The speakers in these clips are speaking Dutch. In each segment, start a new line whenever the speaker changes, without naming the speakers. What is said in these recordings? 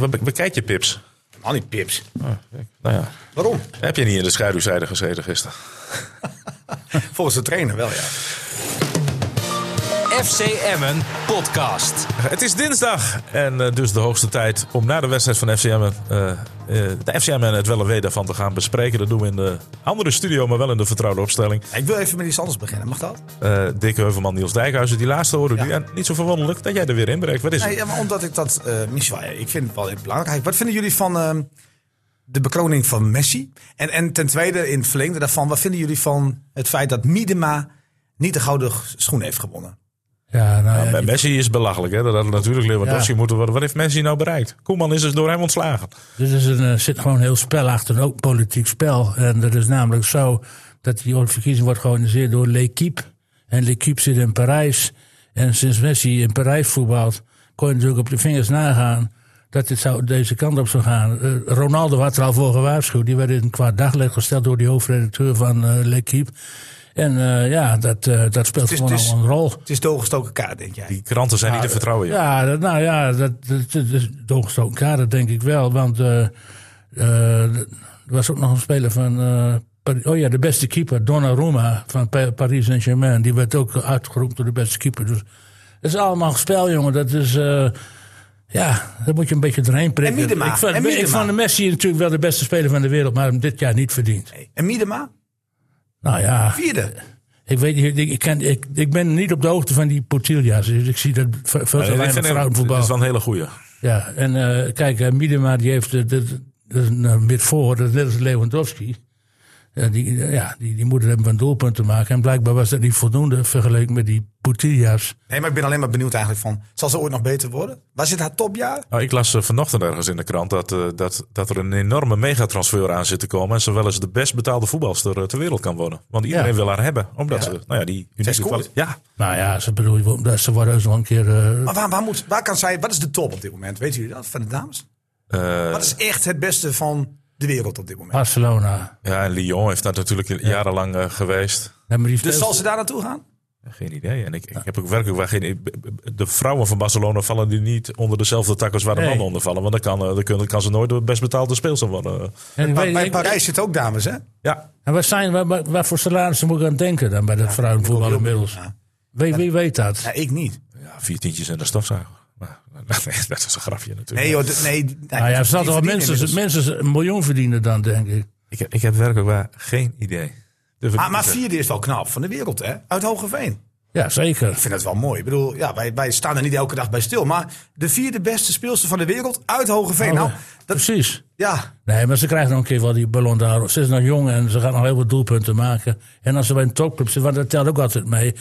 Waar be- bekijk je Pips?
Al die pips.
Nou ja,
Waarom?
heb je niet in de schaduwzijde gezeten gisteren?
Volgens de trainer wel, ja.
FC Emmen podcast.
Het is dinsdag en eh, dus de hoogste tijd om na de wedstrijd van FCM eh eh, de FCM en het wel en wee daarvan te gaan bespreken. Dat doen we in de andere studio, maar wel in de vertrouwde opstelling.
Ik wil even met iets anders beginnen, mag dat?
Eh Dick Heuvelman, Niels Dijkhuizen, die laatste horen die. En niet zo verwonderlijk dat jij er weer in breekt. Wat is
Nee,
het?
ja, maar omdat ik dat, eh Michel, ja, ik vind het wel belangrijk. Wat vinden jullie van ehm, de bekroning van Messi? En, en ten tweede, in het verlengde daarvan, wat vinden jullie van het feit dat Miedema niet de gouden schoen heeft gewonnen?
Ja, nou, ja,
Bij
die-
Messi is belachelijk, hè? dat had natuurlijk Lewandowski
Ja.
moeten worden. Wat heeft Messi nou bereikt? Koeman is dus door hem ontslagen.
dit is een, eh, zit gewoon een heel spel achter, ook politiek spel. En dat is namelijk zo dat die verkiezing wordt georganiseerd door L'Equipe. En L'Equipe zit in Parijs. En sinds Messi in Parijs voetbalt, kon je natuurlijk op de vingers nagaan dat dit zou, deze kant op zou gaan. Eh, Ronaldo had er al voor gewaarschuwd. Die werd in een kwaad daglicht gesteld door die hoofdredacteur van eh L'Equipe. En eh, ja, dat, eh, dat speelt
is-
gewoon
het is-
al een rol.
Het is doorgestoken kaart, denk jij?
Die kranten zijn niet te vertrouwen. joh.
Ja, dat, nou ja, dat, dat, dat is doorgestoken kader, denk ik wel. Want eh, eh, er was ook nog een speler van. eh, Par- oh ja, de beste keeper, Donnarumma van Pa- Paris Saint-Germain. Die werd ook uitgeroepen door de beste keeper. Dus het is allemaal spel, jongen. Dat is. eh, ja, daar moet je een beetje doorheen prikken.
En Miedema,
Ik vond,
en
ik
Miedema.
vond de Messi natuurlijk wel de beste speler van de wereld, maar hem dit jaar niet verdiend.
En Miedema?
Nou ja.
Vierde.
Ik, weet, niet, ik, ik, ken, ik, ik ben niet op de hoogte van die Portilja's. Dus ik zie dat ve- veel
Eh,
te
ik
weinig
vind hem-
vrouwenvoetbal.
dit is wel een hele goeie.
Ja, en eh, kijk, eh, Miedema die heeft eh, dat, dat is een eh, midvoor, dat is net als Lewandowski. Ja, die, eh, ja, die, die moet er hebben van doelpunten maken. En blijkbaar was dat niet voldoende vergeleken met die Poutillas.
Nee, maar ik ben alleen maar benieuwd eigenlijk van, zal ze ooit nog beter worden? Was dit haar topjaar?
Nou, ik las eh, vanochtend ergens in de krant dat, eh, dat, dat er een enorme megatransfer aan zit te komen. En ze wel eens de best betaalde voetbalster eh, ter wereld kan worden. Want iedereen
Ja.
wil haar hebben. Omdat ze, nou ja, die unieke
scoort.
kwali- Ja,
Nou ja, ze, bedoel, dat- ze worden heus wel een keer... eh,
Maar waar, waar, moet, waar kan zij, wat is de top op dit moment? Weten jullie dat, van de dames?
Eh,
Wat is echt het beste van de wereld op dit moment?
Barcelona.
ja, en Lyon heeft dat natuurlijk jarenlang eh, geweest.
Ja, maar die
Dus
veel-
zal ze daar naartoe gaan?
Geen idee. En ik, ik heb ook werkelijk waar geen. De vrouwen van Barcelona vallen nu niet onder dezelfde takkels waar de
Nee.
mannen onder vallen. Want dan kan, eh, dan kunnen- kan ze nooit de best betaalde speelster worden.
en ik
Maar
weet-
bij
ik-
Parijs zitten ook dames, hè?
Ja,
En wat, zijn, wat, wat, wat voor salarissen moet ik aan denken dan bij dat vrouwenvoetbal inmiddels?
Ja.
Wie, wie weet dat?
Ja, ik niet.
ja, vier tientjes en de stofzuiger. Maar, nee, dat is een grapje natuurlijk.
Nee, joh, d- nee. d- nee
nou ja, er
die
zal toch wel
verdienen
mensen,
inmiddels.
mensen een miljoen verdienen dan, denk ik.
Ik, heb- ik heb werkelijk waar geen idee. Dus wat
Ah,
ik
maar
zeg.
vierde is wel knap van de wereld, hè? Uit Hogeveen. Ik
Ja, zeker.
vind dat wel mooi. Ik bedoel, ja, wij, wij staan er niet elke dag bij stil. Maar de vierde beste speelster van de wereld uit Hogeveen.
Oh,
Nou, dat,
Precies.
ja.
Nee, maar ze krijgt nog een keer wel die Ballon d'Or. Ze is nog jong en ze gaat nog heel veel doelpunten maken. En als ze bij een topclub zit, want dat telt ook altijd mee.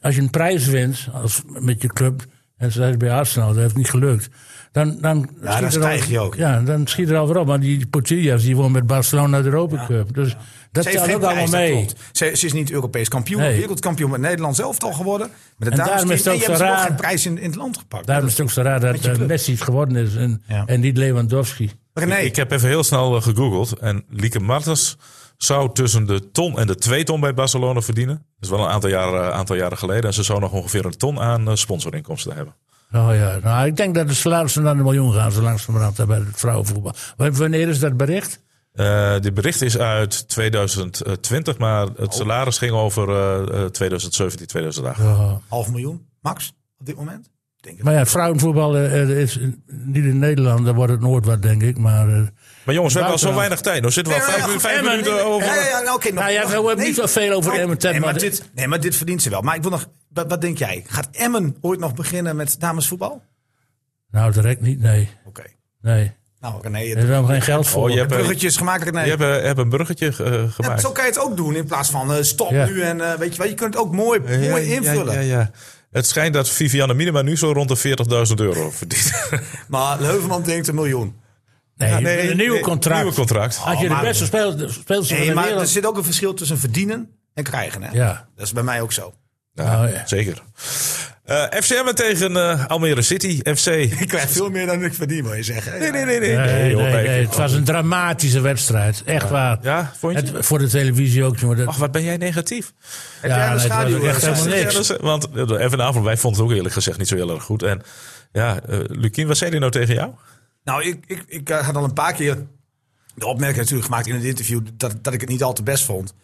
Als je een prijs wint als, met je club, en ze is bij Arsenal, dat heeft niet gelukt. Dan, dan, schiet
dan
er al-
stijg je ook.
Ja, dan schiet er al weer op. Maar die Portillas, die won met Barcelona de Europa Cup. Dus dat
Ze heeft
telt
geen
ook allemaal
prijs, dat
mee.
klopt. Ze, ze is niet Europees kampioen,
Nee.
wereldkampioen met Nederland zelf al geworden. Maar de
En
dames
daarom is het
die-
ook
nee, hebben ze
zo
nog
raar.
geen prijs in, in het land gepakt.
Daarom is het ook zo raar dat eh, Messi het geworden is en,
Ja.
en niet Lewandowski.
René,
Ik heb even heel snel eh, gegoogeld. En Lieke Martens zou tussen de ton en de twee ton bij Barcelona verdienen. Dat is wel een aantal jaren, eh, aantal jaren geleden. En ze zou nog ongeveer een ton aan eh, sponsorinkomsten hebben.
Oh ja, nou, ik denk dat de salarissen naar de miljoen gaan, zo langzamerhand bij het vrouwenvoetbal. W- Wanneer is dat bericht?
Eh dit bericht is uit 2020, maar het
Oh.
salaris ging over eh, eh, 2017, 2018.
Oh.
half miljoen, max, op dit moment? Denk het.
Maar ja, het vrouwenvoetbal eh, is niet in Nederland, daar wordt het nooit wat, denk ik. Maar, eh
Maar jongens, we hebben al zo
Buitenland.
weinig tijd. We zitten wel
Nee,
vijf,
nee,
uur-
nee,
vijf
nee,
minuten
nee, nee.
over.
Ja, ja, ja, nou, oké, nog-
Nou ja, we
nog-
hebben niet zoveel over
Nou,
Emmen Ted,
nee, maar,
maar-
dit, nee, maar dit verdient ze wel. Maar ik wil nog, wat, wat denk jij? Gaat Emmen ooit nog beginnen met damesvoetbal? Oké.
nou, direct niet, nee. nee.
Nou, René,
Er is
het
wel geen geld voor.
Oh, je hebt, eh,
bruggetje is gemakkelijk. Nee.
je hebt, eh, hebt een bruggetje eh,
Ja,
gemaakt.
zo kan je het ook doen in plaats van eh, stop
Ja.
nu en eh, weet je wel. Je kunt het ook mooi, mooi
Ja,
invullen.
Ja, ja, ja. Het schijnt dat Vivianne Minima nu zo rond de 40.000 euro verdient.
Maar Leuvenman denkt een miljoen.
Nee,
Ah, Nee,
een nieuw
nee,
contract. Ah.
Nieuwe contract.
Als je
Oh,
de
maar-
beste speelt, speelt
Nee,
van de
maar er
wereld...
zit ook een verschil tussen verdienen en krijgen. Hè?
Ja.
Dat is bij mij ook zo.
Ja,
Nou, ja.
Zeker. Eh FCM tegen eh, Almere City. FC. Nee,
Ik krijg veel meer dan ik verdien, wil je zeggen.
nee, nee. nee,
Nee, nee,
joh, nee.
nee, het was een dramatische wedstrijd. Echt waar.
Ja, vond je?
Het, voor de televisie ook. jongen, dat-
Ach, wat ben jij negatief?
Heb jij
Ja,
aan de
nee, het was
schaduw?
ook echt
eh,
helemaal
gezeten?
Oh, niks.
Ja, dat is- want eh, even een avond, wij vonden het ook eerlijk gezegd niet zo heel erg goed. En ja, eh Lukien, wat zei hij nou tegen jou?
Nou, ik, ik, ik eh, had al een paar keer de opmerking natuurlijk gemaakt in het interview dat, dat ik het niet al te best vond.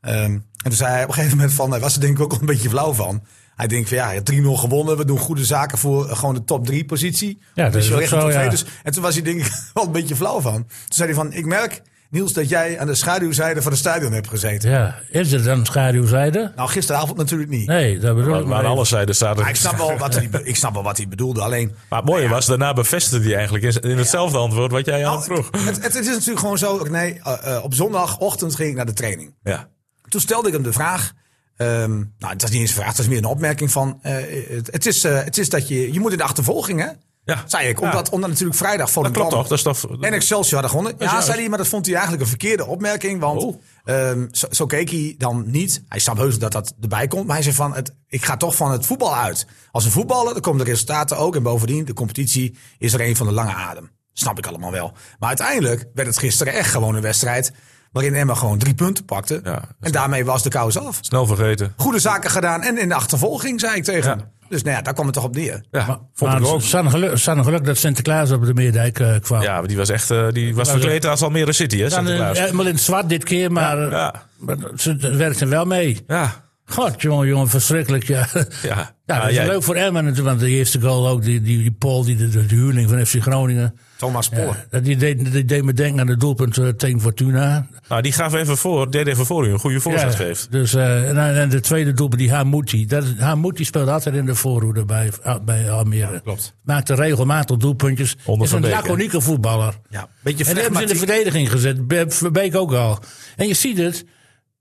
Ehm, en toen zei hij op een gegeven moment van, hij was er denk ik ook wel een beetje flauw van. Hij denkt van ja, hij heeft 3-0 gewonnen, we doen goede zaken voor eh, gewoon de top 3 positie.
Ja, dat
Dus
is
wel
ook
echt een
zo,
top
ja.
twee, dus- en toen was hij denk ik wel een beetje flauw van. Toen zei hij van, ik merk Niels dat jij aan de schaduwzijde van het stadion hebt gezeten.
Ja, is er dan schaduwzijde?
Nou, gisteravond natuurlijk niet.
Nee, dat bedoel
Maar,
ik
maar aan
maar Ah,
alle zijden staat
Maar Ah, ik
er...
snap, wel wat hij, be- ik snap wel wat hij bedoelde, alleen...
Maar het mooie was, daarna bevestigde hij eigenlijk in, in hetzelfde antwoord wat jij aan
Nou,
hem vroeg.
het, het is natuurlijk gewoon zo, nee, eh, eh, op zondagochtend ging ik naar de training.
Ja.
Toen stelde ik hem de vraag. ehm, nou, het was niet eens een vraag, het was meer een opmerking van. eh, het, het is, eh, het is dat je. Je moet in de achtervolging, hè?
Ja.
Zei ik. Omdat, omdat natuurlijk vrijdag voor
Dat klopt toch? Dat is toch...
En Excelsior hadden gewonnen. Ja,
juist.
zei hij, maar dat vond hij eigenlijk een verkeerde opmerking. Want
Oh.
ehm, zo, zo keek hij dan niet. Hij snap heus dat dat erbij komt. Maar hij zei van, het, ik ga toch van het voetbal uit. Als een voetballer, dan komen de resultaten ook. En bovendien, de competitie is er een van de lange adem. Snap ik allemaal wel. Maar uiteindelijk werd het gisteren echt gewoon een wedstrijd... waarin Emma gewoon drie punten pakte.
Ja, dat
en daarmee was de kous af.
Snel vergeten.
Goede zaken gedaan en in de achtervolging, zei ik tegen
Ja.
hem. Dus nou ja, daar kwam het toch op neer.
Ja, vond
maar
ik ook.
San geluk, san geluk dat Sinterklaas op de Meerdijk eh, kwam.
Ja, maar die was echt eh, die was
Maar-
verkleed als Almere City, hè,
Dan in,
Sinterklaas.
helemaal in het zwart dit keer, maar, eh,
ja.
maar ze werkten wel mee.
Ja,
God, jongen, jongen, verschrikkelijk. Ja,
ja.
ja dat
Ah,
is
jij-
leuk voor Emmen. natuurlijk, Want de eerste goal ook, die, die, die Paul, die, de, de huurling van FC Groningen.
Thomas Poor.
Ja, dat die, deed, die deed me denken aan het doelpunt eh, tegen Fortuna.
Nou, die gaf even voor, deed even voor u een goede voorzet geeft.
Dus, eh, en, en de tweede doelpunt, die Hamouti. Dat is- Hamouti speelde altijd in de voorhoede bij, bij Almere.
klopt.
Maakte regelmatig doelpuntjes.
Onder
is
Van
een
Beek, hè?
laconieke voetballer.
Ja, beetje
En die hebben ze in
flegmatiek.
de verdediging gezet. Be- Verbeek ook al. En je ziet het.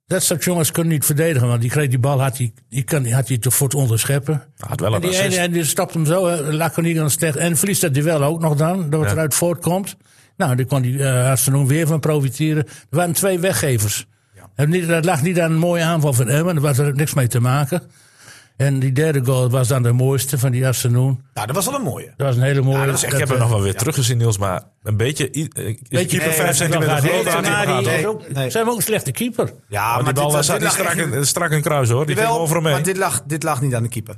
Dat soort jongens kunnen niet verdedigen. Want die kreeg die bal, had hij die, kan- had die te voet onderscheppen.
Hij Nou, had Ah, wel
En
een
die, ene,
assist.
en die stapt hem zo, eh, laconiek aan de slecht. En verliest dat duel ook nog dan, dat wat
Ja.
eruit voortkomt. Nou, daar kon die uh, weer van profiteren. Er waren twee weggevers. En niet, dat lag niet aan een mooie aanval van Emmen. Daar was er niks mee te maken. En die derde goal was dan de mooiste van die Astronoen.
Nou, dat was wel een mooie.
Dat was een hele mooie.
Ja, dat was echt-
dus Ik heb
eh,
hem nog wel weer teruggezien, Niels, maar een beetje... i- eh, Is de keeper
nee,
5
dat
centimeter
gaat niet.
groter aan
Nee,
die
maar die-
gaat,
nee.
hoor.
Ze hebben ook een slechte keeper.
Ja,
Maar die bal
dit
was
was-
die
dit lag
strak
echt-
een, strak een kruis, hoor. Die ging
Wel,
over hem
maar
heen.
dit lag, dit lag niet aan de keeper.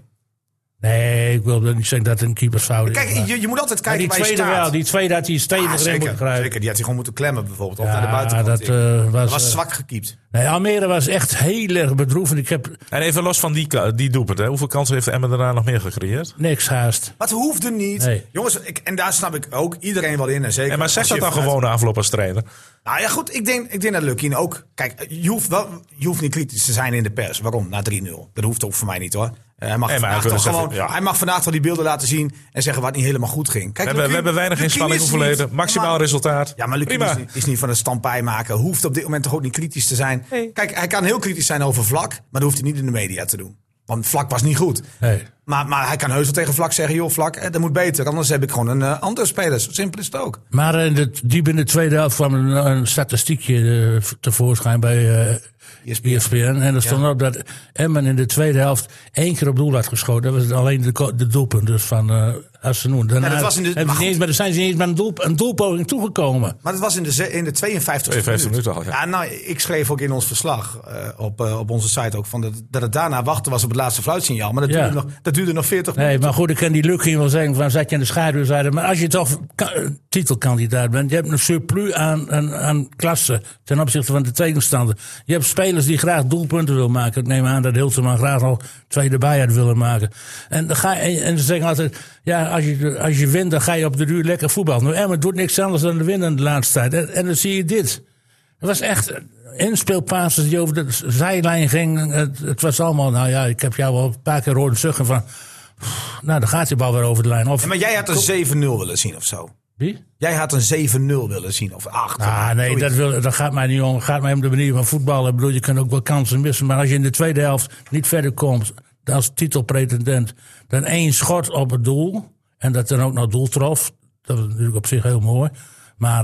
Nee, ik wil niet zeggen dat het een keepersfout is.
Kijk,
maar-
je, je moet altijd
maar
kijken
die
waar je
tweede
staat.
wel, die tweede had hij stevig
Ah,
erin moeten
zeker,
kruipen.
zeker, die had hij gewoon moeten klemmen bijvoorbeeld. Of
Ja,
naar de buitenkant.
dat eh, was,
dat was
eh,
zwak gekiept.
nee, Almere was echt heel erg bedroevend. Ik heb
En even los van die, ka- die doelpunt, hè. Hoeveel kansen heeft Emmen daarna nog meer gecreëerd?
niks haast.
Maar het hoefde niet.
Nee.
Jongens, ik, en daar snap ik ook iedereen wel in. En zeker
En maar zeg
als
dat
je
dan
vanuit-
gewoon de afloop als trainer.
Nou ja, goed, ik denk, ik denk dat Lukien ook... Kijk, je hoeft, wel, je hoeft niet kritisch te zijn in de pers. Waarom? Na 3-0. Dat hoeft ook voor mij niet hoor. Eh, Hij mag,
Nee, maar hij
vandaag toch
wil eens
gewoon,
even- ja.
hij mag vandaag wel die beelden laten zien en zeggen wat niet helemaal goed ging. Kijk,
We hebben, we
Lukien-
hebben weinig
Lukien
inspanning
is
hoeven
niet-
leden. Maximaal
maar-
resultaat.
Ja, maar Luc
Prima.
is, niet- is niet van het stampij maken. Hoeft op dit moment toch ook niet kritisch te zijn. Kijk, hij kan heel kritisch zijn over Vlak, maar dat hoeft hij niet in de media te doen. Want Vlak was niet goed.
Nee.
Maar, maar hij kan heus wel tegen Vlak zeggen, joh Vlak, eh, dat moet beter. Anders heb ik gewoon een eh, andere speler. Zo simpel is het ook.
Maar eh, in de, diep in de tweede helft kwam een, een statistiekje eh, tevoorschijn bij eh
E
ESPN. En er stond op dat Emmen in de tweede helft één keer op doel had geschoten. Dat was alleen de, ko- de doelpunt dus van eh Asenoen. Daarna
Ja, dat was in de-
hebben ze
maar
niet eens, maar dan zijn ze niet eens met een, doel, een doelpoging toegekomen.
Maar dat was in de, ze- in de 52
52 minuten al, ja.
nou, ik schreef ook in ons verslag eh, op, eh, op onze site ook van dat, dat het daarna wachten was op het laatste fluitsignaal. Maar dat,
Ja.
duurde, nog, dat duurde nog 40 minuten.
Nee, maar goed, ik kan die Lucky wel zeggen van zat je in de schaduwzijde. Maar als je toch ka- eh, titelkandidaat bent, je hebt een surplus aan, aan, aan klasse ten opzichte van de tegenstander. Je hebt spelers die graag doelpunten wil maken. Ik neem aan dat Hilterman graag al twee erbij had willen maken. En, dan ga, en, en ze zeggen altijd, ja, als je, als je wint, dan ga je op de duur lekker voetbal. Nou, Emmen doet niks anders dan winnen de laatste tijd. En, en dan zie je dit. Het was echt inspeelpases die over de z- zijlijn ging. Het, het was allemaal, nou ja, ik heb jou al een paar keer horen zuchten van... "Pff, Nou, dan gaat die bal weer over de lijn. Of
Maar jij had een 7-0 willen zien of zo.
wie?
Jij had een 7-0 willen zien of 8.
Ah, nee, dat, wil, dat gaat mij niet om. Het gaat mij om de manier van voetballen. Ik bedoel, je kan ook wel kansen missen. Maar als je in de tweede helft niet verder komt als titelpretendent... dan één schot op het doel. En dat dan ook nog doel trof. Dat is natuurlijk op zich heel mooi. Maar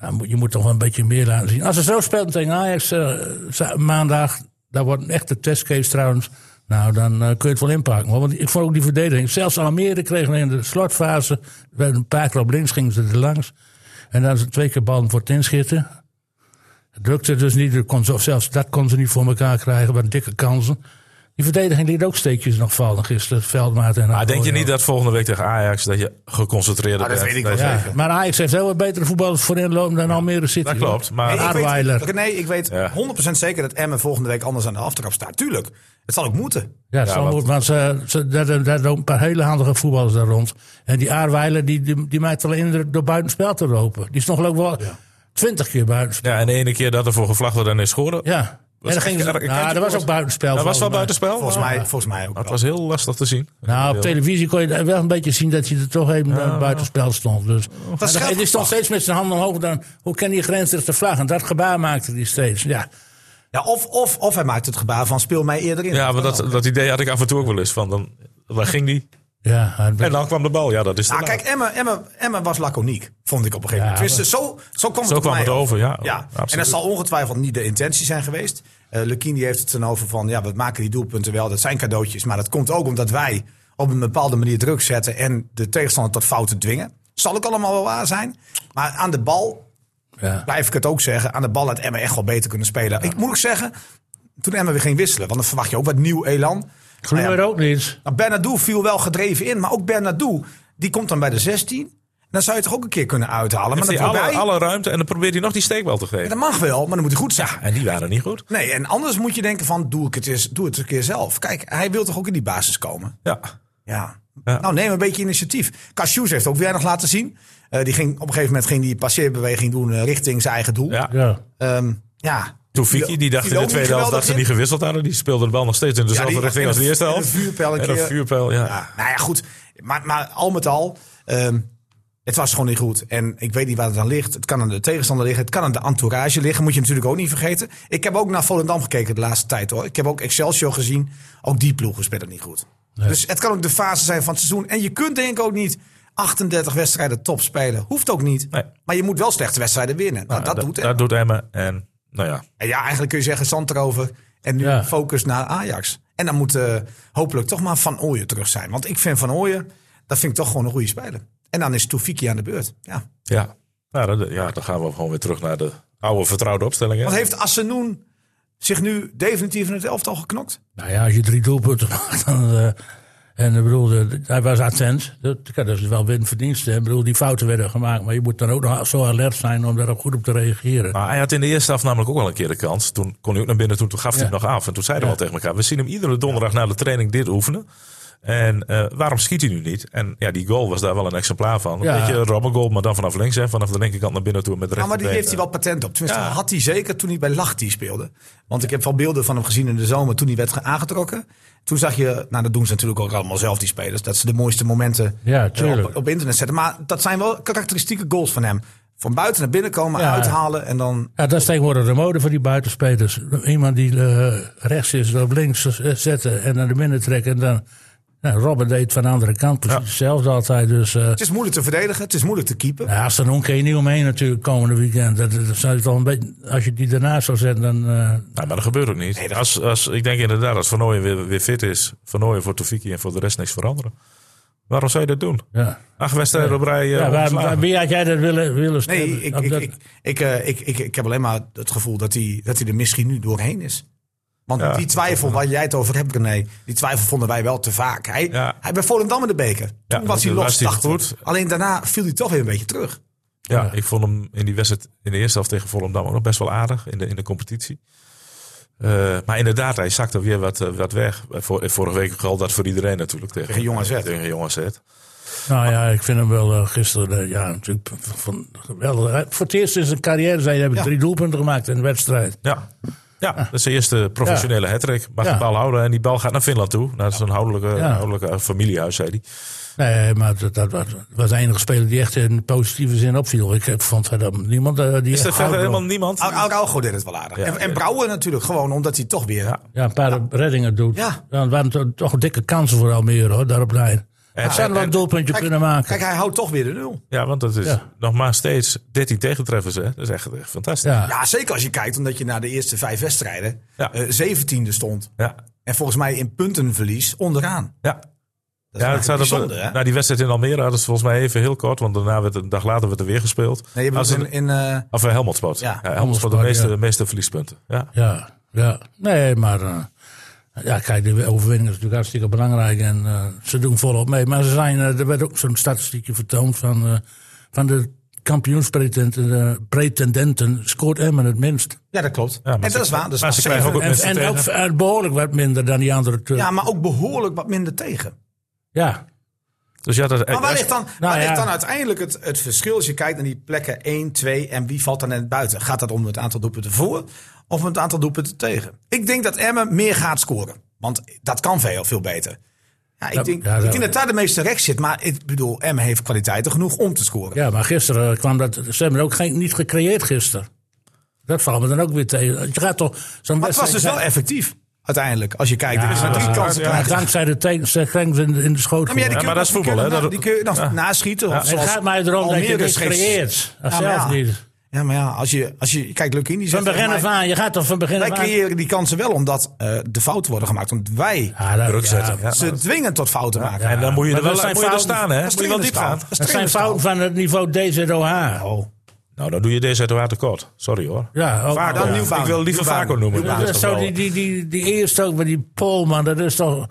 nou, moet- je moet toch wel een beetje meer laten zien. Als ze zo speelt tegen Ajax eh, za- maandag... dat wordt een echte testcase trouwens... Nou, dan eh, kun je het wel inpakken. hoor. Want ik vond ook die verdediging. Zelfs Almere kregen in de slotfase. Een paar keer op links gingen ze er langs. En dan twee keer bal voor het inschieten. Het lukte dus niet. Dat kon ze, of zelfs dat kon ze niet voor elkaar krijgen. Wat dikke kansen. Die verdediging liet ook steekjes nog vallen gisteren. Veldmaat en
Maar denk je
Arroyo.
niet dat volgende week tegen Ajax dat je geconcentreerder
Ah, dat
bent?
weet ik wel
Nee,
Ja,
zeker.
maar Ajax heeft heel wat betere voetballers voorin lopen dan Almere City.
Dat
hoor.
klopt, maar-
En
Nee,
ik weet-
Aarweiler.
nee, ik weet
Ja.
100% zeker dat Emmen volgende week anders aan de aftrap staat. Tuurlijk. Het zal ook moeten.
Ja,
Ja,
zo
want-
moet, want ze, ze, daar, daar daar lopen een paar hele handige voetballers daar rond. En die Aarweiler die, die, die maakt wel indruk door buitenspel te lopen. Die is nog wel- wel twintig keer buitenspel.
Ja, en de ene keer dat er voor gevlacht wordt en is scoren.
Ja.
Was
en
echt
dan gingen ze,
erg.
nou, dat was ook buitenspel.
Dat was wel
volgens mij.
buitenspel.
Volgens,
maar
mij, volgens mij ook
Het
wel.
was heel lastig te zien.
Nou, op televisie kon je daar wel een beetje zien dat hij er toch even eh, buitenspel stond. Dus.
Dat
En
scheelt-
die stond steeds met zijn handen omhoog. Dan, hoe kan die grensrechter vlaggen? Dat gebaar maakte hij steeds. Ja.
Ja, of, of, of hij maakt het gebaar van speel mij eerder in.
Ja, maar dat, dat idee had ik af en toe ook wel eens. Van, dan, dan ging die
Ja, hij bleef-
en dan kwam de bal. Ja, dat is
Nou,
te
kijk,
laat.
Emma, Emma, Emma was laconiek, vond ik op een gegeven
Ja,
moment. Tenminste, zo, zo kwam het,
Zo
op
kwam
mij
het over, ja.
ja.
Absoluut.
En dat zal ongetwijfeld niet de intentie zijn geweest. Eh Lukini heeft het dan over van, ja, we maken die doelpunten wel. Dat zijn cadeautjes, maar dat komt ook omdat wij op een bepaalde manier druk zetten... en de tegenstander tot fouten dwingen. Zal ook allemaal wel waar zijn. Maar aan de bal
ja.
blijf ik het ook zeggen. Aan de bal had Emma echt wel beter kunnen spelen. Ik moet ook zeggen, toen Emma weer ging wisselen. Want dan verwacht je ook wat nieuw elan.
Groen
Nou ja,
weer ook niet.
nou, Bernardo viel wel gedreven in. Maar ook Bernardo, die komt dan bij de 16. Dan zou je toch ook een keer kunnen uithalen. Maar
Heeft
dat,
hij alle,
voorbij-
alle ruimte en dan probeert hij nog die steekbal te geven.
dat mag wel, maar dan moet hij goed zijn.
En die waren niet goed.
Nee, en anders moet je denken van, doe, ik het eens, doe het een keer zelf. Kijk, hij wil toch ook in die basis komen?
Ja.
Ja.
Ja.
Nou, neem een beetje initiatief. Cashews heeft ook weer nog laten zien. Eh, die ging, op een gegeven moment ging die passeerbeweging doen eh, richting zijn eigen doel.
ja.
Ja.
Ehm, ja.
Toefiki, die dacht in de
Filoni
tweede helft dat
geweldig
ze niet gewisseld hadden. Die speelde de bal nog steeds in dezelfde
die-
richting
en
als de
een-
eerste
en een
helft.
vuurpijl een
En een
keer.
vuurpijl, ja.
Ja, nou ja, goed. Maar, maar al met al, ehm, het was gewoon niet goed. En ik weet niet waar het aan ligt. Het kan aan de tegenstander liggen. Het kan aan de entourage liggen. Moet je natuurlijk ook niet vergeten. Ik heb ook naar Volendam gekeken de laatste tijd hoor. Ik heb ook Excelsior gezien. Ook die ploegen spelen niet goed. Dus het kan ook de fase zijn van het seizoen. En je kunt denk ik ook niet 38 wedstrijden top spelen. Hoeft ook niet.
Nee.
Maar je moet wel slechte wedstrijden winnen. Nou, dat
Da-
doet
dat doet Emmen. En nou ja,
en ja, eigenlijk kun je zeggen Zandrover en nu
Ja.
focus naar Ajax. En dan moet eh, hopelijk toch maar Van Ooyen terug zijn. Want ik vind Van Ooyen, dat vind ik toch gewoon een goede speler. En dan is Toefiki aan de beurt. Ja.
ja. Ja, dat- ja, dan gaan we gewoon weer terug naar de oude vertrouwde opstelling. hè.
Want heeft Assenoen zich nu definitief in het elftal geknokt?
Nou ja, als je drie doelpunten maakt, dan... eh, en ik bedoel, de- hij was attent. Dat, ja, dat is wel winverdienste. Ik bedoel, die fouten werden gemaakt. Maar je moet dan ook nog zo alert zijn om daar ook goed op te reageren.
Maar hij had in de eerste helft namelijk ook wel een keer de kans. Toen kon hij ook naar binnen, toen, toen gaf hij
Ja.
hem nog af. En toen zeiden we al tegen elkaar, we zien hem iedere donderdag na de training dit oefenen. En eh, waarom schiet hij nu niet? En ja, die goal was daar wel een exemplaar van. Een
Ja.
beetje een robbergoal, maar dan vanaf links. Hè, vanaf de linkerkant naar binnen toe met de
Nou, maar die
rechterbeen.
heeft hij wel patent op. Tenminste,
Ja.
had hij zeker toen hij bij Lachti speelde. Want ik heb wel beelden van hem gezien in de zomer toen hij werd ge- aangetrokken. Toen zag je, nou dat doen ze natuurlijk ook allemaal zelf die spelers. Dat ze de mooiste momenten
Ja,
eh,
tuurlijk.
op, op internet zetten. Maar dat zijn wel karakteristieke goals van hem. Van buiten naar binnen komen,
Ja.
uithalen en dan...
Ja, dat is tegenwoordig de mode voor die buitenspelers. Iemand die eh, rechts is, op links eh, zetten en naar de binnen trekken. En dan, nou, Robben deed van de andere kant precies hetzelfde altijd. Dus eh
Het is moeilijk te verdedigen, het is moeilijk te keepen.
nou, als dan kun je niet omheen natuurlijk komende weekend. Dat, dat zou je toch een beetje, als je die daarnaast zou zetten, dan... eh,
Nou, maar dat gebeurt ook niet. als, als, ik denk inderdaad, als Van Nooyen weer, weer fit is... Van Nooyen voor Tofiki en voor de rest niks veranderen. Waarom zou je dat doen?
ja.
Acht wedstrijden op rij. eh,
Ja, waar,
ongeslagen.
waar- wie had jij dat willen, willen stellen?
Nee, ik,
Op
ik,
dat-
ik, ik, eh, ik, ik, ik heb alleen maar het gevoel dat hij, dat hij er misschien nu doorheen is. Want
Ja.
die twijfel waar jij het over hebt, René, die twijfel vonden wij wel te vaak. Hij,
Ja.
hij bij Volendam in de beker. Toen
Ja,
was hij
toen
los
was hij
80.
goed.
Alleen daarna viel hij toch weer een beetje terug.
Ja, Eh, ik vond hem in die wedstrijd in de eerste helft tegen Volendam ook nog best wel aardig in de, in de competitie. Eh, maar inderdaad, hij zakte weer wat, eh, wat weg. Eh, Vor, vorige week geldt dat voor iedereen natuurlijk. Tegen, eh,
Tegen Jong AZ.
Tegen Jong AZ.
Nou ja, ik vind hem wel eh, gisteren. eh, ja, natuurlijk. Van, wel, eh, voor het eerst in zijn carrière zei je: hebben drie doelpunten gemaakt in een wedstrijd.
Ja. ja, dat is de eerste professionele hat-trick. Mag
Ja.
de bal houden en die bal gaat naar Finland toe. Nou, Naar zijn houdelijke,
Ja.
houdelijke eh, familiehuis, zei hij.
Nee, maar dat, dat was, was de enige speler die echt in positieve zin opviel. Ik heb- vond verder niemand. eh, die
Is er
echt
verder
oud
helemaal
was.
niemand?
Al- Araujo deed het wel aardig.
Ja,
en, en
ja.
Brouwer natuurlijk, gewoon omdat hij toch weer...
Ja, een paar reddingen doet.
Ja.
Dan waren het toch dikke kansen voor Almere hoor, daarop lijn. Het zou
en-
wel een
en-
doelpuntje
Kijk,
kunnen maken.
Kijk, hij houdt toch weer de nul.
Ja, want dat is
Ja.
nog maar steeds 13 tegentreffers. Hè? Dat is echt, echt fantastisch.
ja.
Ja, zeker als je kijkt, omdat je na de eerste vijf wedstrijden
Ja.
eh, zeventiende stond.
ja.
En volgens mij in puntenverlies onderaan.
ja.
Dat is
ja,
ja,
het staat op,
bijzonder, hè?
na die wedstrijd in Almere hadden ze volgens mij even heel kort, want daarna werd een dag later werd er weer gespeeld.
Nee, je bedoelt
Als het-
in, in, eh,
of eh, Helmond Sport.
Ja,
Ja, Helmond Sport de
Helmond
meeste,
Sport, ja.
meeste verliespunten. Ja.
Ja, ja. Nee, maar eh, Ja, kijk, de overwinning is natuurlijk hartstikke belangrijk. En eh, ze doen volop mee. Maar ze zijn, eh, er werd ook zo'n statistiekje vertoond van, eh, van de kampioenspretendenten eh, pretendenten scoort Emmen het minst.
Ja, dat klopt.
maar
en
ze-
dat is waar. Dus
maar ze krijgen ook
En,
Mensen
en
tegen.
ook eh, behoorlijk wat minder dan die andere club.
Ja, maar ook behoorlijk wat minder tegen.
ja.
Dus ja, dat,
Maar waar ligt dan, waar
ja.
ligt dan uiteindelijk het, het verschil als je kijkt naar die plekken 1, 2 en wie valt dan net buiten? Gaat dat om het aantal doelpunten voor of om het aantal doelpunten tegen? Ik denk dat Emmen meer gaat scoren, want dat kan veel, veel beter. Ja, ik,
Ja,
denk,
ja,
ik
dat-
denk dat daar de meeste recht zit, maar ik bedoel, Emmen heeft kwaliteiten genoeg om te scoren.
Ja, maar gisteren kwam dat. Ze hebben ook geen, niet gecreëerd gisteren. Dat valt me dan ook weer tegen. Je gaat toch zo'n
maar het was
wedstrijd.
dus wel effectief, uiteindelijk, als je kijkt. er is maar drie kansen.
Ja,
krijgen.
dankzij de tegenstanders in, in de schoot.
die
geworden.
kun je-
maar dat is
die kun
voetbal, hè?
je dan-
Dat-
Die kun je dan
ja.
naschieten. of
het
zoals
gaat mij erom dat je
Almere
dit
schiet.
creëert.
Ja, maar
zelf
ja.
niet.
Ja, maar ja, als je, als je kijkt, Lukini
Van
zegt...
begin
tegen
af
mij,
aan. Je gaat toch van begin
Wij
af aan.
creëren die kansen wel omdat eh, de fouten worden gemaakt. Omdat wij
Ja, dat-
druk
ja,
zetten. Ja.
ze dwingen tot fouten maken.
en dan moet je
Maar
er wel
dat zijn
moet je er
fouten.
staan, hè?
Dat is
Moet je wel diep gaan.
trainerstaal. Dat dus is
Dat zijn fouten van het niveau DZOH.
Oh,
Nou, dan doe je deze uit tekort. Sorry hoor.
Ja, ook-
Waar dan
ja.
nieuw
Ik wil liever Vaco noemen.
Dat is zo, die, die, die, die eerste ook met die Polman. Dat is toch.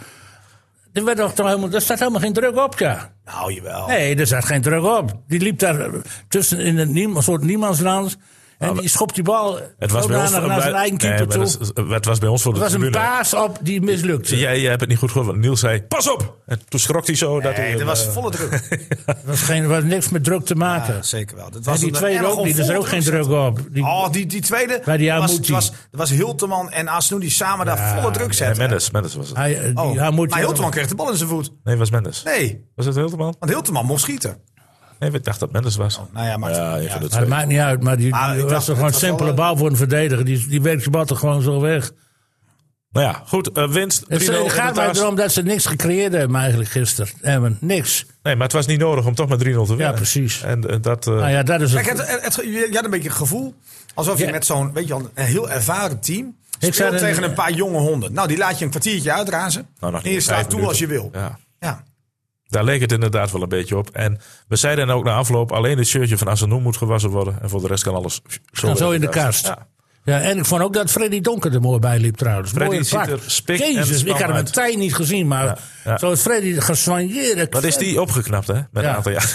Er, werd toch toch helemaal, er staat helemaal geen druk op, ja.
Nou, jawel.
Nee, er zat geen druk op. Die liep daar tussen in een, niem- een soort niemandsland. En die schopt die bal
Nou, Het was, bij ons,
zodanig naar zijn
bij-
eigen keeper
nee,
toe.
maar
Het
dat is- het was bij ons voor de
was een
tribune.
paas op die mislukte.
Jij, jij hebt het niet goed gehoord, want Niels zei: Pas op! En toen schrok hij zo. dat hij,
Nee, dat
hem,
was
eh,
volle druk.
Er was, geen, er was niks met druk te maken.
Ja, zeker wel. Dat
en
was
die
een-
tweede
erg
ook niet. Er is
onvolle
ook geen
druk.
druk op. Die,
Oh, die, die tweede.
Bij die
was,
Hamouti.
was, dat was Hilteman en Asnoe die samen daar volle druk
Nee,
zetten.
Mendes, Mendes was het.
hij, eh, die,
Oh,
hij moet
maar Hilteman kreeg de bal in zijn voet.
Nee, was Mendes.
Nee,
Was het Hilterman?
want Hilteman mocht schieten.
Nee, ik dacht dat Mendes was.
Nou ja, maar...
ja, een van de
Maar
twee.
het maakt niet uit. Maar die,
Maar
die
ik
was
dacht,
toch gewoon
het was wel
simpele
een-
bal voor een verdediger. Die, die werkt zijn bal toch gewoon zo weg.
Nou ja, goed. eh, winst. 3-0
Het,
in de
gaat mij
taas.
erom dat ze niks gecreëerd hebben eigenlijk gisteren. Emmen, niks.
Nee, maar het was niet nodig om toch met 3-0 te winnen.
precies.
En eh, dat. eh,
Nou ja, dat is het.
Kijk, het, het, het- je had een beetje het gevoel alsof je
Ja.
met zo'n weet je, wel, een heel ervaren team
Ik
speelt
zei dat-
tegen een paar jonge honden. Nou, die laat je een kwartiertje uitrazen.
nou, nog
en je
niet,
slaat
vijf
toe
minuten.
als je wil. Ja.
Ja. Daar leek het inderdaad wel een beetje op. En we zeiden ook na afloop: alleen het shirtje van Asanoe moet gewassen worden. En voor de rest kan alles zo,
Kan zo
weer
in de
kast.
kast.
Ja.
Ja. en ik vond ook dat Freddy Donker er mooi bij liep trouwens.
Freddy
Mooie
ziet
pak.
er spik en
Jezus,
span
ik had hem een
uit.
tijd niet gezien, maar
ja.
zoals Freddy geswanjeerd.
Wat is die opgeknapt, hè? Met een
Ja.
aantal jaar.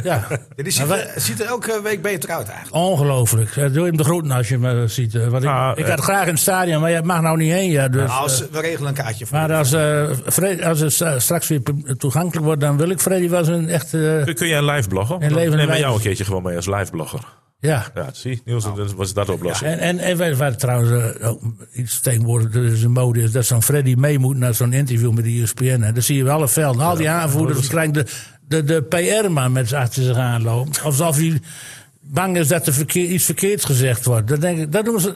Ja,
die dus ziet,
Maar
er- ziet er elke week beter uit eigenlijk.
ongelooflijk. Eh, Doe hem de groeten als je me ziet. eh, Want ik,
Ah,
ik
eh. Ah.
had graag in het stadion, maar je mag nou niet heen. Ja, dus, eh,
Als, we regelen een kaartje voor.
maar als, eh, Fred- als het sta- straks weer pu- toegankelijk wordt, dan wil ik Freddy wel een echte... eh,
Kun jij een live bloggen?
Een levende
Neem maar jou
lijf.
een keertje gewoon mee als live blogger.
ja.
Ja, zie, Niels,
Nou.
dat was dat de oplossing.
En, en, en wij waren trouwens eh, ook iets tegenwoordig dus een mode is dat zo'n Freddy mee moet naar zo'n interview met de E ESPN. En dan zie je wel een veld. En al die aanvoerders die krijgen de, de, de PR-man met z'n achter zich aanloopt. Alsof hij bang is dat er verkeer, iets verkeerds gezegd wordt. Dat, denk ik, dat doen ze.